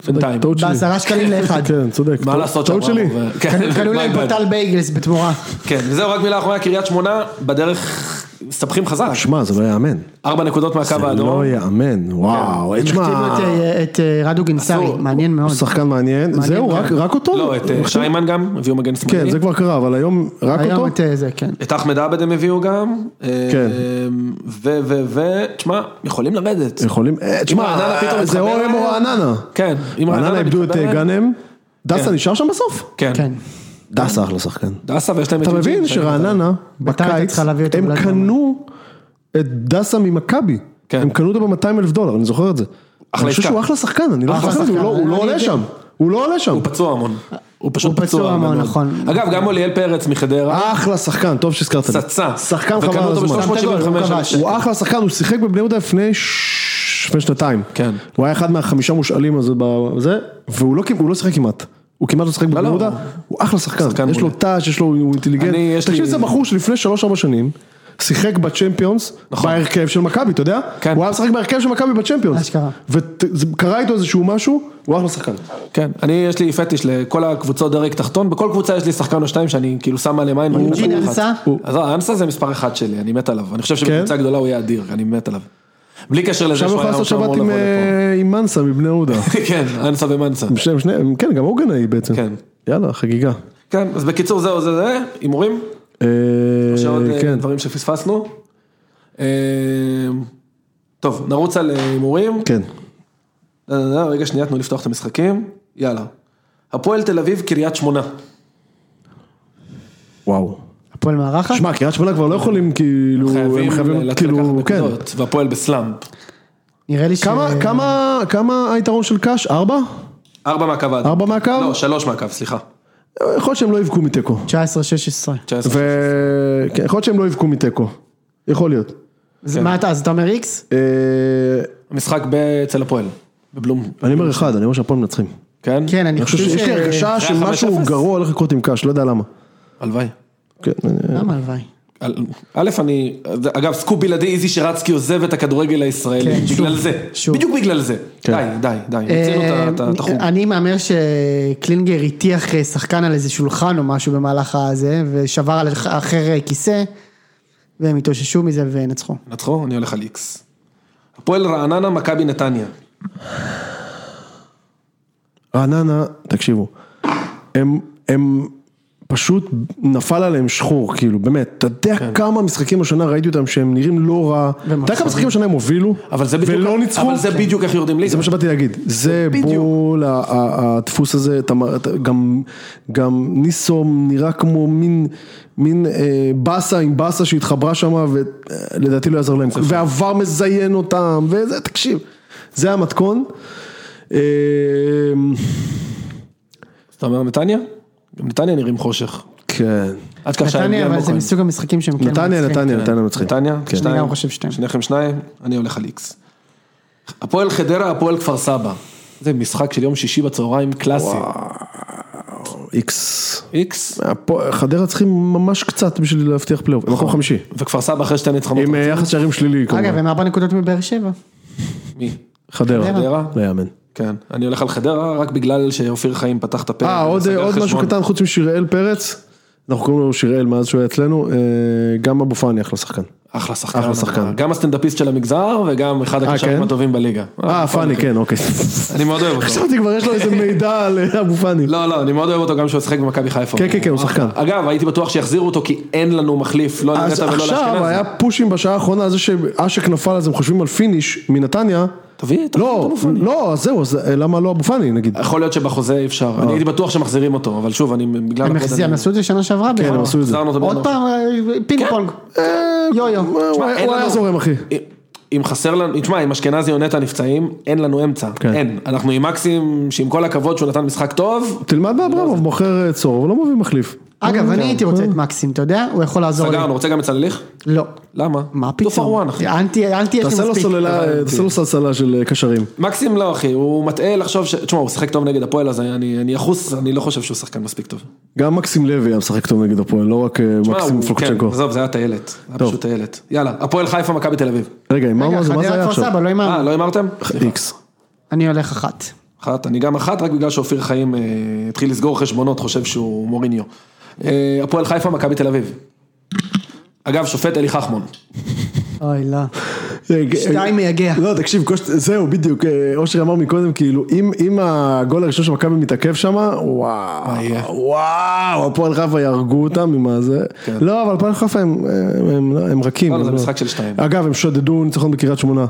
בינתיים. טעות שלי. בעשרה שקלים לאחד. כן, צודק. מה טעות- לעשות טעות שלי. אמרנו, ו- כן, <laughs> קנו- קנו my להם bad. פתל בייגלס בתמורה. כן, וזהו רק מילה אחרונה, קריית שמונה, בדרך מסתבכים חזק. שמע, זה לא יאמן. ארבע נקודות מהקו זה האדום. לא כן. יאמן, וואו. הם תשמע, החתימו את, אה, את אה, רדו גינסארי, אסור. מעניין מאוד. הוא שחקן מעניין. זהו, מאוד. רק- רק אותו? לא, את אה, שיימן גם, הביאו מגן שמאלי. כן, זה כבר קרה, אבל היום רק היום אותו? את אה, זה, כן. את אחמד עבד הם הביאו גם. אה, כן. ו... ו... ו... תשמע, יכולים לרדת. יכולים, אה, תשמע, רעננה פתאום זה מתחבר או הם או אליהם? רעננה. כן, אם רעננה איבדו את אה, מתחבר אליהם. גאנם. דסה נשאר שם בסוף? כן. כן. דסה אחלה שחקן. דסה ויש להם את אתה ג'ינג'י, מבין שהיה שרעננה, ביתר הייתה בקיץ, צריכה להביא אותו הם בל"ג קנו את דסה ממכבי. כן. הם קנו אותו ב-200 אלף דולר, אני זוכר את זה. אני חושב עסקה. שהוא אחלה שחקן, אני לא אחלה חושב, הוא שחקן, לא- הוא לא אני עולה יודע. שם. הוא לא עולה שם. הוא פצוע המון. הוא פשוט הוא פצוע פצוע המון, מאוד. נכון. אגב, גם אוליאל פרץ מחדרה. אחלה שחקן, טוב שהזכרת לי. פצצה. שחקן וקנו חבל על אותו הזמן. ב- 375 הוא כבש. הוא אחלה שחקן, הוא שיחק בבני יהודה לפני ש- לפני שנתיים. כן. הוא היה אחד מהחמישה מושאלים הזה, בזה, והוא לא כמעט- הוא לא שיחק כמעט. הוא כמעט לא שיחק בבני לא. יהודה, הוא אחלה שחקן, שחקן יש לו מעולה. טאץ', יש לו, הוא אינטליגנט. אני, יש תקשיב, לי- זה בחור שלפני 3-4 שנים, שיחק בצ'מפיונס, בהרכב של מכבי, אתה יודע? נכון. כן. הוא היה משחק בהרכב של מכבי בצ'מפיונס. אשכרה. וקרה איתו איזשהו משהו, הוא אחלה שחקן. כן, אני יש לי פטיש לכל הקבוצות דרג תחתון, בכל קבוצה יש לי שחקן או שתיים שאני כאילו שם עליהם עין. ואני יוג'ין מת עליו. אנסה? אז לא, אנסה זה מספר אחד שלי, אני מת עליו. אני חושב שבקבוצה גדולה הוא יהיה אדיר, אני מת עליו. בלי קשר לזה כן? עכשיו הוא יכול לעשות אמור שבת עם, לבוא לפה. אה, עם מנסה מבני יהודה. <laughs> כן, אנסה ומנסה. שניהם, שניהם, כן, גם הוא גנאי בעצם. כן. יאללה, חגיגה. כן, אז בקיצור זהו זה זה, הימורים? אה, יש עוד אה, כן. דברים שפספסנו? אה, טוב, נרוץ על אה, הימורים. כן. לא, לא, לא, רגע שנייה, תנו לפתוח את המשחקים. יאללה. הפועל תל אביב, קריית שמונה. וואו. הפועל מארחת? שמע, קריית שמונה כבר לא יכולים, כאילו, חייבים הם חייבים, אה, להתחיל לקחת כאילו, כן. נקודות, והפועל בסלאמפ. נראה לי ש... כמה, אה. כמה, כמה היתרון של קאש? ארבע? ארבע מהקו האדום. ארבע מהקו? לא, שלוש מהקו, סליחה. יכול להיות שהם לא יבכו מתיקו. 19-16. 19. ו... כן, יכול להיות שהם לא יבכו מתיקו. יכול להיות. אז כן. מה אתה, אז אתה אומר איקס? אה, המשחק ב- אצל הפועל, בבלום. אני אומר אחד, אני אומר שהפועל מנצחים. כן? כן, אני אני חושב חושב ש... שיש לי הרגשה אחרי החמש שמשהו אפס? גרוע הולך לקרות עם קאש, לא יודע למה. הלוואי. כן, אה, למה הלוואי? אל- א', אני, אגב, סקופ בלעדי איזי שרצקי עוזב את הכדורגל הישראלי, כן, שוב, בגלל זה, שוב. בדיוק בגלל זה. די, די, די, מיצינו את ה- את החוג. אה, אני מהמר שקלינגר הטיח אה, שחקן על איזה שולחן או משהו במהלך הזה, ושבר על אח- אחר אה, כיסא, והם התאוששו מזה ונצחו. נצחו, אני הולך על איקס. הפועל רעננה, מכבי נתניה. רעננה, תקשיבו, הם, הם פשוט נפל עליהם שחור, כאילו, באמת, אתה יודע כן. כמה משחקים השנה ראיתי אותם שהם נראים לא רע, אתה יודע כמה משחקים השנה הם הובילו, אבל זה בדיוק, ולא ניצחו, כן. אבל זה בדיוק איך יורדים ליגה. זה מה שבאתי להגיד, זה בול ה- ה- הדפוס הזה, אתה מ- אתה- גם, גם ניסו נראה כמו מין, מין אה, באסה עם באסה שהתחברה שם ולדעתי לא יעזר להם, נכון. והעבר מזיין אותם, וזה, תקשיב, זה המתכון. אה, אז אתה אומר נתניה? גם נתניה נראים חושך. כן. עד כך נתניה, שהאנגליה אבל זה מוכן. מסוג המשחקים שהם כן נתניה, מנצחים. נתניה, נתניה לא מצחיק. נתניה, אני גם חושב שתיים. שניכם שניים, אני הולך על איקס. הפועל חדרה, הפועל כפר סבא. זה משחק של יום שישי בצהריים, קלאסי. איקס. איקס, הפועל- חדרה צריכים ממש קצת בשביל להבטיח פלייאוף. נכון. מקום חמישי. וכפר סבא אחרי שתי ניצחונות. עם אה, יחס שערים שלילי אגב, כמובן. הם ארבע נקודות מבאר שבע. מי? חדרה. חדרה? לא יאמן. כן. אני הולך על חדרה רק בגלל שאופיר חיים פתח את הפרק. אה, עוד וסגר עוד משהו חשבון. קטן חוץ משיראל פרץ. אנחנו קוראים לו שיראל מאז שהוא היה אצלנו, אה, גם אבו פאני אחלה שחקן. אחלה שחקן. אחלה שחקן. גם הסטנדאפיסט של המגזר וגם אחד כן? הקשרים הטובים בליגה. אה, פאני, כן, <laughs> אוקיי. אני מאוד אוהב אותו. חשבתי כבר יש לו איזה מידע על אה, אבו פאני. לא, לא, אני מאוד אוהב אותו גם כשהוא שיחק במכבי חיפה. אה, כן, כן, כן, הוא שחקן. אגב, הייתי בטוח שיחזירו אותו כי אין לנו מחליף, לא אז לנטע ולא עכשיו לאשכנזי. היה פושים בשעה האחרונה על זה שאשק נפל אז הם חושבים על פיניש מנתניה. תביא את לא, אבו פאני. לא, אז זהו, אז למה לא אבו פאני נגיד? יכול להיות שבחוזה אי אפשר, לא. אני הייתי בטוח שמחזירים אותו, אבל שוב, אני בגלל... הם הקוד החזיר- אני- הם עשו את זה שנה שעברה. כן, בינואר. הם עשו את זה. כן. החזרנו אותו עוד בינואר. פעם, אה, פינג פונג. יו-יו. הוא תשמע, אין היה לנו- זורם אחי. אם חסר לנו, תשמע, אם אשכנזי או נטע נפצעים, אין לנו אמצע, כן. אין. אנחנו עם מקסים, שעם כל הכבוד שהוא נתן משחק טוב, תלמד מאברמוב, מוכר אה, צור, אבל לא מביא מחליף. אגב, אני כן. הייתי רוצה את מקסים, אתה יודע? הוא יכול לעזור לי. סגרנו, רוצה גם את סלליך? לא. למה? מה two for פתאום? one, אחי. אנטי, אנטי יש תעשה לי לו מספיק. סוללה, אה, תעשה לו סלסלה של אה, קשרים. מקסים לא אחי, הוא מטעה לחשוב ש... תשמע, הוא שיחק טוב נגד הפועל, אז אני אני יחוס, אני לא חושב שהוא שחקן מספיק טוב. גם מקסים לוי היה משחק טוב נגד הפועל, לא רק אה, תשמע, מקסים הוא- פלוקצ'נקו. כן, עזוב, זה היה טיילת. היה פשוט טיילת. יאללה, הפועל חיפה, מכבי תל אביב. רגע, מה רגע, מה זה מה זה חדרה היה כפר עכשיו? סבא, לא אה, האמנו. לא המרתם? איקס. אני הולך אחת. אחת, אני גם אחת, רק בגלל שאופיר חיים אה, התחיל לסגור חשבונות, חושב שהוא מוריניו. אה, הפועל חיפה, מכבי תל אביב. אגב, שופט אלי חכמון. אוי, לא. רגע, שתיים מייגע. לא, תקשיב, קוש- זהו, בדיוק, אה, אושר אמר מקודם, כאילו, אם- אם הגול הראשון של מכבי מתעכב שם, יהיה? וואו, וואו, הפועל חיפה יהרגו אותם עם הזה. לא, אבל הפועל חיפה הם- הם- הם- הם רכים. כן. לא, לא, זה הם משחק של שתיים. אגב, הם שדדו ניצחון בקריית שמונה.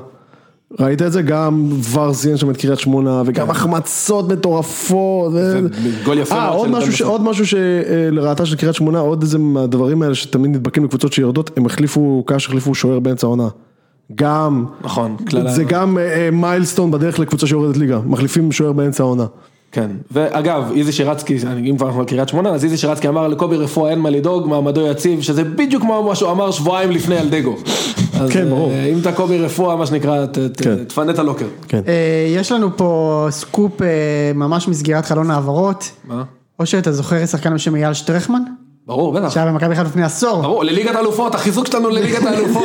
ראית את זה? גם ור זיין שם את קריית שמונה, וגם החמצות מטורפות. ו- גול כן. יפה אה, מאוד עוד של משהו דן ש- בסוף. עוד משהו שלרעתה של קריית שמונה, עוד איזה מהדברים האלה שתמיד נדבקים לקבוצות שיורדות, הם החליפו, קאש החליפו שוער באמצע העונה. גם, נכון, כלל זה ה- גם אה, אה, מיילסטון בדרך לקבוצה שיורדת ליגה, מחליפים שוער באמצע העונה. כן. ואגב, איזי שירצקי, אני- אם כבר אנחנו על קריית שמונה, אז איזי שירצקי אמר לקובי רפואה אין מה לדאוג, מעמדו יציב, שזה בדיוק כמו מה שהוא אמר שבועיים לפני על <laughs> דגו. אז, כן, ברור. אה, אם אתה קובי רפואה, מה שנקרא, ת- ת- כן. תפנה את הלוקר. אה, יש לנו פה סקופ אה, ממש מסגירת חלון העברות. מה? אושר, אתה זוכר שחקן בשם אייל שטרחמן? ברור, בטח. שהיה במכבי חיפה לפני עשור. ברור, לליגת האלופות, החיזוק שלנו לליגת <laughs> האלופות.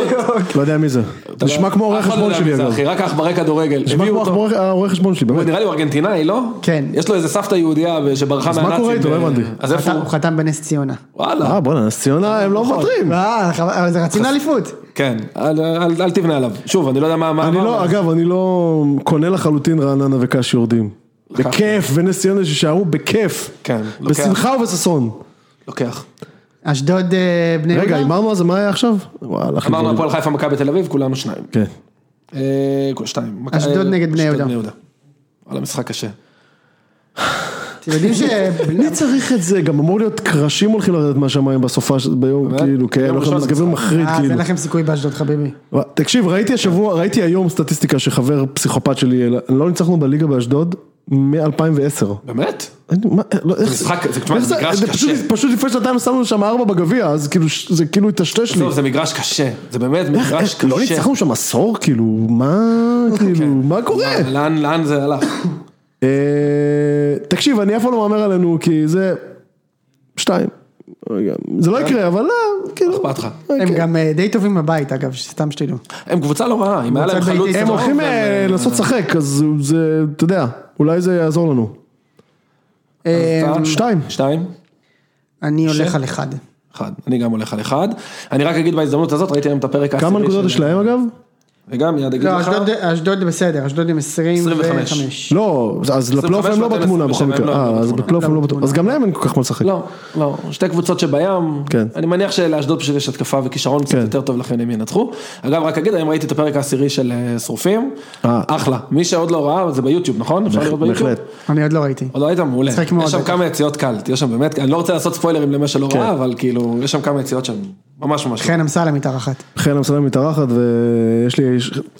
לא יודע מי זה. נשמע כמו עורך אף אחד לא חשבון יודע מי שלי זה, אגב. אחי, רק עכברי כדורגל. נשמע הביאו כמו אותו. עורך- העורך חשבון שלי, הוא באמת. נראה לי הוא ארגנטינאי, לא? כן. יש לו איזה סבתא יהודייה ב- שברחה מה מהנאצים. קורה איתו? לא אה, הבנתי. אז איפה הוא? הוא חתם בנס ציונה. וואלה. אה בואנה, נס ציונה הם לא נכון. מוותרים. אה, חבל, אבל זה רצים לאליפות. כן, אל- אל אל תבנה עליו. שוב, אני לא יודע מה... מה- אני מה- לא, מה- אגב, אני לא קונה לחלוטין רעננה וקאש יורדים. בכיף, ונס ציונה שישארו בכיף. אוקיי. כן, לוקח. בשמחה ובששון. לוקח. אשדוד אה, בני יהודה? רגע, אמרנו על זה מה היה עכשיו? וואלה, אחי, אמרנו גולים. הפועל חיפה, מכבי תל אביב, כולנו שניים. כן. אה, כול- שתיים. מכ- אשדוד אה, נגד בני אשדוד יהודה. וואלה, משחק קשה. אתם יודעים ש... אה, מי צריך את זה? גם אמור להיות קרשים הולכים לרדת מהשמיים בסופה, של- ביום, באמת? כאילו, כן, ביום אנחנו ראשון מסגבים המשחק. מחריד, אה, אז כאילו. אין נכון. לכם סיכוי באשדוד חביבי. וואי, תקשיב, ראיתי השבוע, ראיתי היום סטטיסטיקה שחבר פסיכופת שלי, העלה. לא ניצחנו בליגה באשדוד מ-2010. באמת? אה, לא, זה משחק- זה- תשמע, זה מגרש קשה. פשוט לפני שנתיים שמנו שם ארבע בגביע, אז כאילו, ש- זה כאילו היטשטש לי. טוב, זה מגרש קשה. זה באמת איך- מגרש איך- קשה. אוקיי. לא ניצחנו שם עשור, כאילו, מה, כאילו, מה קורה? לאן לאן זה הלך? אה, תקשיב, אני אף פעם לא מהמר עלינו, כי זה... שתיים. רגע, זה כן. לא יקרה, אבל לא, כאילו... אכפת לך. הם גם אה, די טובים בבית, אגב, סתם שתדעו. הם קבוצה לא רעה, אם היה להם קבוצה חלוץ... ביתית. הם טוב, הולכים אה, לעשות לשחק, אז זה, אתה יודע, אולי זה יעזור לנו. אה, אתה- שתיים. שתיים? אני הולך על אחד. אחד. אני גם הולך על אחד. אני רק אגיד בהזדמנות הזאת, ראיתי היום את הפרק העשירי כמה נקודות של- יש להם אגב? וגם מיד אגיד לא, לך. אשדוד- אשדוד בסדר, אשדוד עם 25. 25. לא, אז לפלייאוף הם לא ואתם בתמונה בכל 27, מקרה. הם לא אה, אז בתמונה. בפלייאוף הם לא בתמונה. אז גם להם אין כל כך מה לשחק. לא, לא, שתי קבוצות שבים, כן. אני מניח שלאשדוד פשוט יש התקפה וכישרון קצת כן. יותר טוב לכן הם ינצחו. אגב, רק אגיד, היום ראיתי את הפרק העשירי של אה, שרופים, אה. אחלה, מי שעוד לא ראה, זה ביוטיוב, נכון? אפשר לראות ביוטיוב? בהחלט. אני עוד לא ראיתי. עוד לא היית מעולה, משחק מאוד יש שם בטח. כמה יציאות קל, יש שם באמת, אני לא רוצה לעשות ספוילרים למי שלא כן. ראה, אבל כאילו, יש שם כמה יציאות שם, ממש ממש. חן אמסלם מתארחת. חן אמסלם מתארחת ויש לי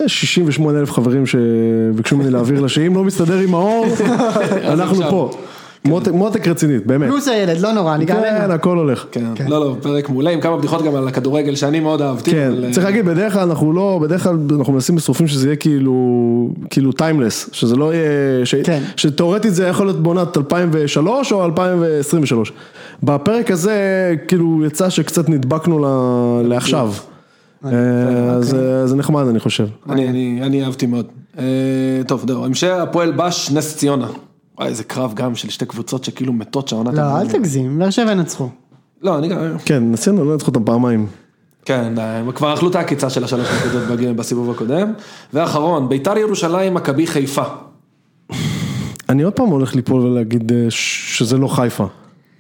68 אלף חברים שביקשו ממני להעביר לה שאם לא מסתדר עם <laughs> האור, אנחנו עכשיו. פה. מותק- מותק רצינית, באמת. פלוס הילד, לא נורא, אני גם... כן, הכל הולך. כן, לא, לא, פרק מעולה, עם כמה בדיחות גם על הכדורגל שאני מאוד אהבתי. אבל, כן, אה, צריך להגיד, בדרך כלל אנחנו לא, בדרך כלל אנחנו מנסים בשרופים שזה יהיה כאילו, כאילו טיימלס, שזה לא יהיה, ש- כן. שתאורטית זה יכול להיות בעונת 2003 או 2023. בפרק הזה, כאילו, יצא שקצת נדבקנו ל- לעכשיו. אה, אז אה, זה נחמד, אני חושב. אני, אני, אני אהבתי מאוד. אה, טוב, זהו, המשך הפועל בש, נס ציונה. וואי, איזה קרב גם של שתי קבוצות שכאילו מתות שהעונה... לא, תגמר. אל תגזים, באר שבע ינצחו. לא, אני גם... כן, ניסינו לא לדחות אותם פעמיים. כן, הם כבר אכלו את העקיצה של השלוש נקודות בגי- בסיבוב הקודם. ואחרון, ביתר ירושלים, מכבי חיפה. אני עוד פעם הולך ליפול ולהגיד אה, ש- שזה לא חיפה.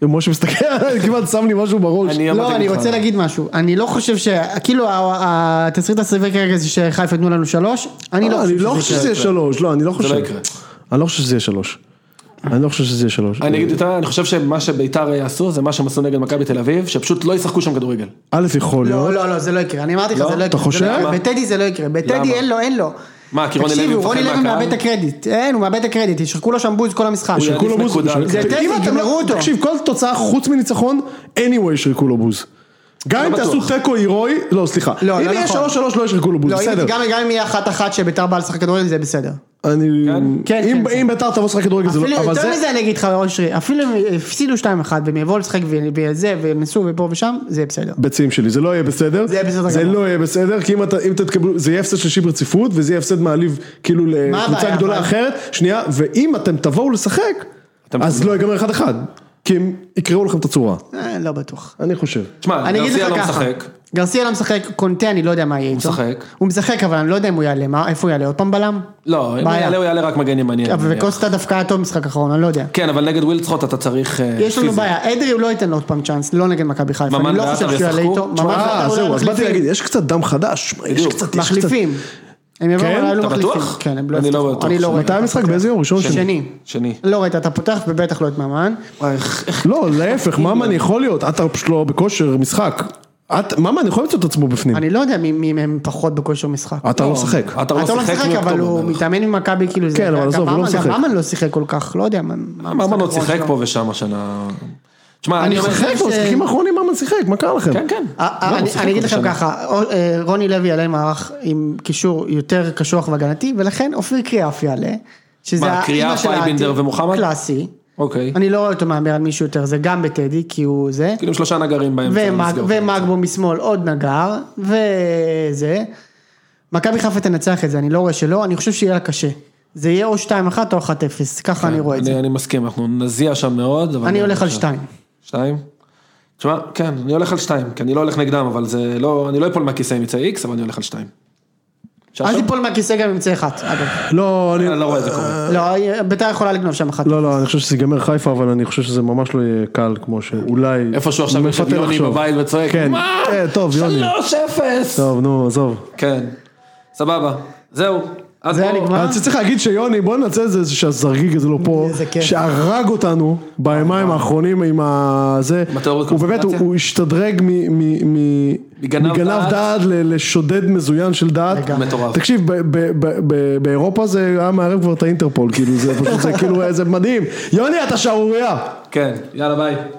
משה מסתכל, עליי, <laughs> כמעט שם לי משהו בראש. אני אמרתי לא, אני לך. רוצה להגיד משהו. אני לא חושב ש... כאילו, ה- ה- התסריט הסביבי כרגע זה שחיפה יתנו לנו שלוש. אני אה, לא, אני לא חושב שזה יהיה שלוש, לא, אני לא חושב. לא יקרה. אני לא חושב שזה יהיה שלוש. אני לא חושב שזה יהיה שלוש. אני אגיד יותר, אני חושב שמה שביתר יעשו זה מה שהם עשו נגד מכבי תל אביב, שפשוט לא ישחקו שם כדורגל. א', יכול לא, להיות. לא, לא, זה לא יקרה, אני אמרתי לך, לא? זה לא יקרה. אתה זה לא חושב? יקרה. למה? בטדי זה לא יקרה, למה? בטדי אין לו, אין לו. מה, כי רוני לוי תקשיבו, מפחד רוני לוי מהקהל? מאבד את הקרדיט, אין, הוא מאבד את הקרדיט, ישחקו לו שם בוז כל המשחק. יעדיף שריקו לו בוז. נקודה. שריקו- זה טדי, אם אתם לא- גמרו אותו. תקשיב, כל תוצאה חוץ מניצחון, anyway שריקו לו בוז. גם אם לא תעשו בטוח. תיקו הירואי, לא, סליחה. אם לא, לא יהיה נכון. שלוש שלוש לא ישריקו לו בוז, לא, אם- בסדר. גם גם אם יהיה אחת אחת שביתר באה לשחק כדורגל זה בסדר. אני... כן, אם- כן, אם ביתר תבוא לשחק כדורגל זה אפילו, לא... אבל יותר זה... מזה אני אגיד לך אושרי, אפילו אם הפסידו 2-1 והם יבואו לשחק ו- וזה והם נסעו ופה ושם, זה בסדר. ביצים שלי, זה לא יהיה בסדר. זה יהיה בסדר זה גמור. לא יהיה בסדר, כי אם אתה- אם תתקבלו, זה יהיה הפסד שלישי ברציפות, וזה יהיה הפסד מעליב כאילו לקבוצה הבעיה, גדולה אבל? אחרת. שנייה, ואם אתם תבואו לשחק, אז לא ייגמר אחד אחד. כי הם יקראו לכם את הצורה, אה, לא בטוח. אני חושב. תשמע, אני אגיד גרסיה לך לא ככה, משחק. גרסיה לא משחק, קונטה אני לא יודע מה יהיה איתו. משחק. הוא משחק אבל אני לא יודע אם הוא יעלה, מה- איפה הוא יעלה, עוד פעם בלם? לא, אם הוא בעיה. יעלה, הוא יעלה רק מגן ימני. לא, אני מניח. וקוסטה דווקא היה טוב משחק אחרון, אני לא יודע. כן, אבל נגד ווילדסחוט אתה צריך... אה, יש לנו פיזי. בעיה, אדרי הוא לא ייתן לו עוד פעם צ'אנס, לא נגד מכבי חיפה, ממן אני לא ועטר חושב שהוא יעלה ישחקו? איתו, ממן תשמע, ועטר אה, אולי זהו, אז באתי לא, מחליפים. להגיד, יש קצת דם חדש, מה, יש בדיוק. קצת, יש קצת. מחליפים. הם יבואו, כן? היו אתה מחליפים. בטוח? כן, הם לא אני לא יפתחו. בטוח. אני לא רואה. מתי המשחק? באיזה יום? ראשון? שני? שני. שני. לא ראית, אתה פותח ובטח לא את ממן. וואי, איך- איך- לא, להפך, ממן יכול להיות, עטר פשוט לא בכושר משחק. עט- ממן יכול למצוא את עצמו בפנים. אני לא יודע מי- מי מהם פחות בכושר משחק. עטר לא משחק. כן. אתה לא אתה לא שיחק משחק, אבל מאוקטובר הוא בערך. מתאמן עם מכבי, כאילו זה... כן, אבל גם עזוב, הוא לא ממן- משחק. גם ממן לא שיחק כל כך, לא יודע. מה- מה המשחק ממן עוד האחרון שיחק שלו. פה ושם השנה. תשמע, אני אומר- שיחק לא. חושב כבר, ש- משחקים האחרונים ממן שיחק, מה קרה לכם? כן, כן. אה, אה, לא, אני- הוא שיחק אני אגיד פה לכם בשנה. ככה, או- אה, רוני לוי יעלה עם מערך עם קישור יותר קשוח והגנתי, ולכן אופיר קריאף יעלה, שזה מה, קריאף, אייבינדר העתיק, ומוחמד? קלאסי. אוקיי. אני לא רואה אותו מהמר על מישהו יותר, זה גם בטדי, כי הוא זה. כאילו עם שלושה נגרים באמצע. ומג- לסגור. ומגבו משמאל עוד נגר, וזה. מכבי חיפה תנצח את זה, אני לא רואה שלא, אני חושב שיהיה לה קשה. זה יהיה או 2-1 או 1-0, ככה אני רואה את כן, אני- זה. אני מסכים, אנחנו נזיע שם מאוד. אבל- אני הולך על 2. שתיים? תשמע, כן, אני הולך על שתיים, כי אני לא הולך נגדם, אבל זה לא, אני לא אפול מהכיסא אם יצא איקס, אבל אני הולך על שתיים. אפשר אל שם? תיפול מהכיסא גם אם יצא אחת, אגב. לא, אני... אני לא רואה את זה קורה. לא, בית"ר יכולה לגנוב שם אחת. לא, לא, אני חושב שזה ייגמר חיפה, אבל אני חושב שזה ממש לא יהיה קל כמו שאולי... איפשהו עכשיו יש את מפתה יוני לחשוב. בבית וצועק, כן, "מה? אה, טוב, יוני. שלוש אפס! טוב, נו, עזוב. כן, סבבה, זהו. אז זה היה בואו- נגמר? אני אה, צריך להגיד שיוני, בוא ננצל את זה שהזרגיג הזה לא פה, איזה כיף. שהרג אותנו בימיים האחרונים עם ה... זה, עם התיאוריות הוא באמת, הוא אה, קונספירציה? הוא השתדרג מ- מ- מ- מגנב מגנב דעת. דעת ל- לשודד מזוין של דעת. לגמרי. מטורף. תקשיב, ב- ב- ב- ב- באירופה זה היה מערב כבר את האינטרפול, כאילו זה פשוט, זה כאילו, זה מדהים. יוני, אתה שערורייה. כן, יאללה ביי.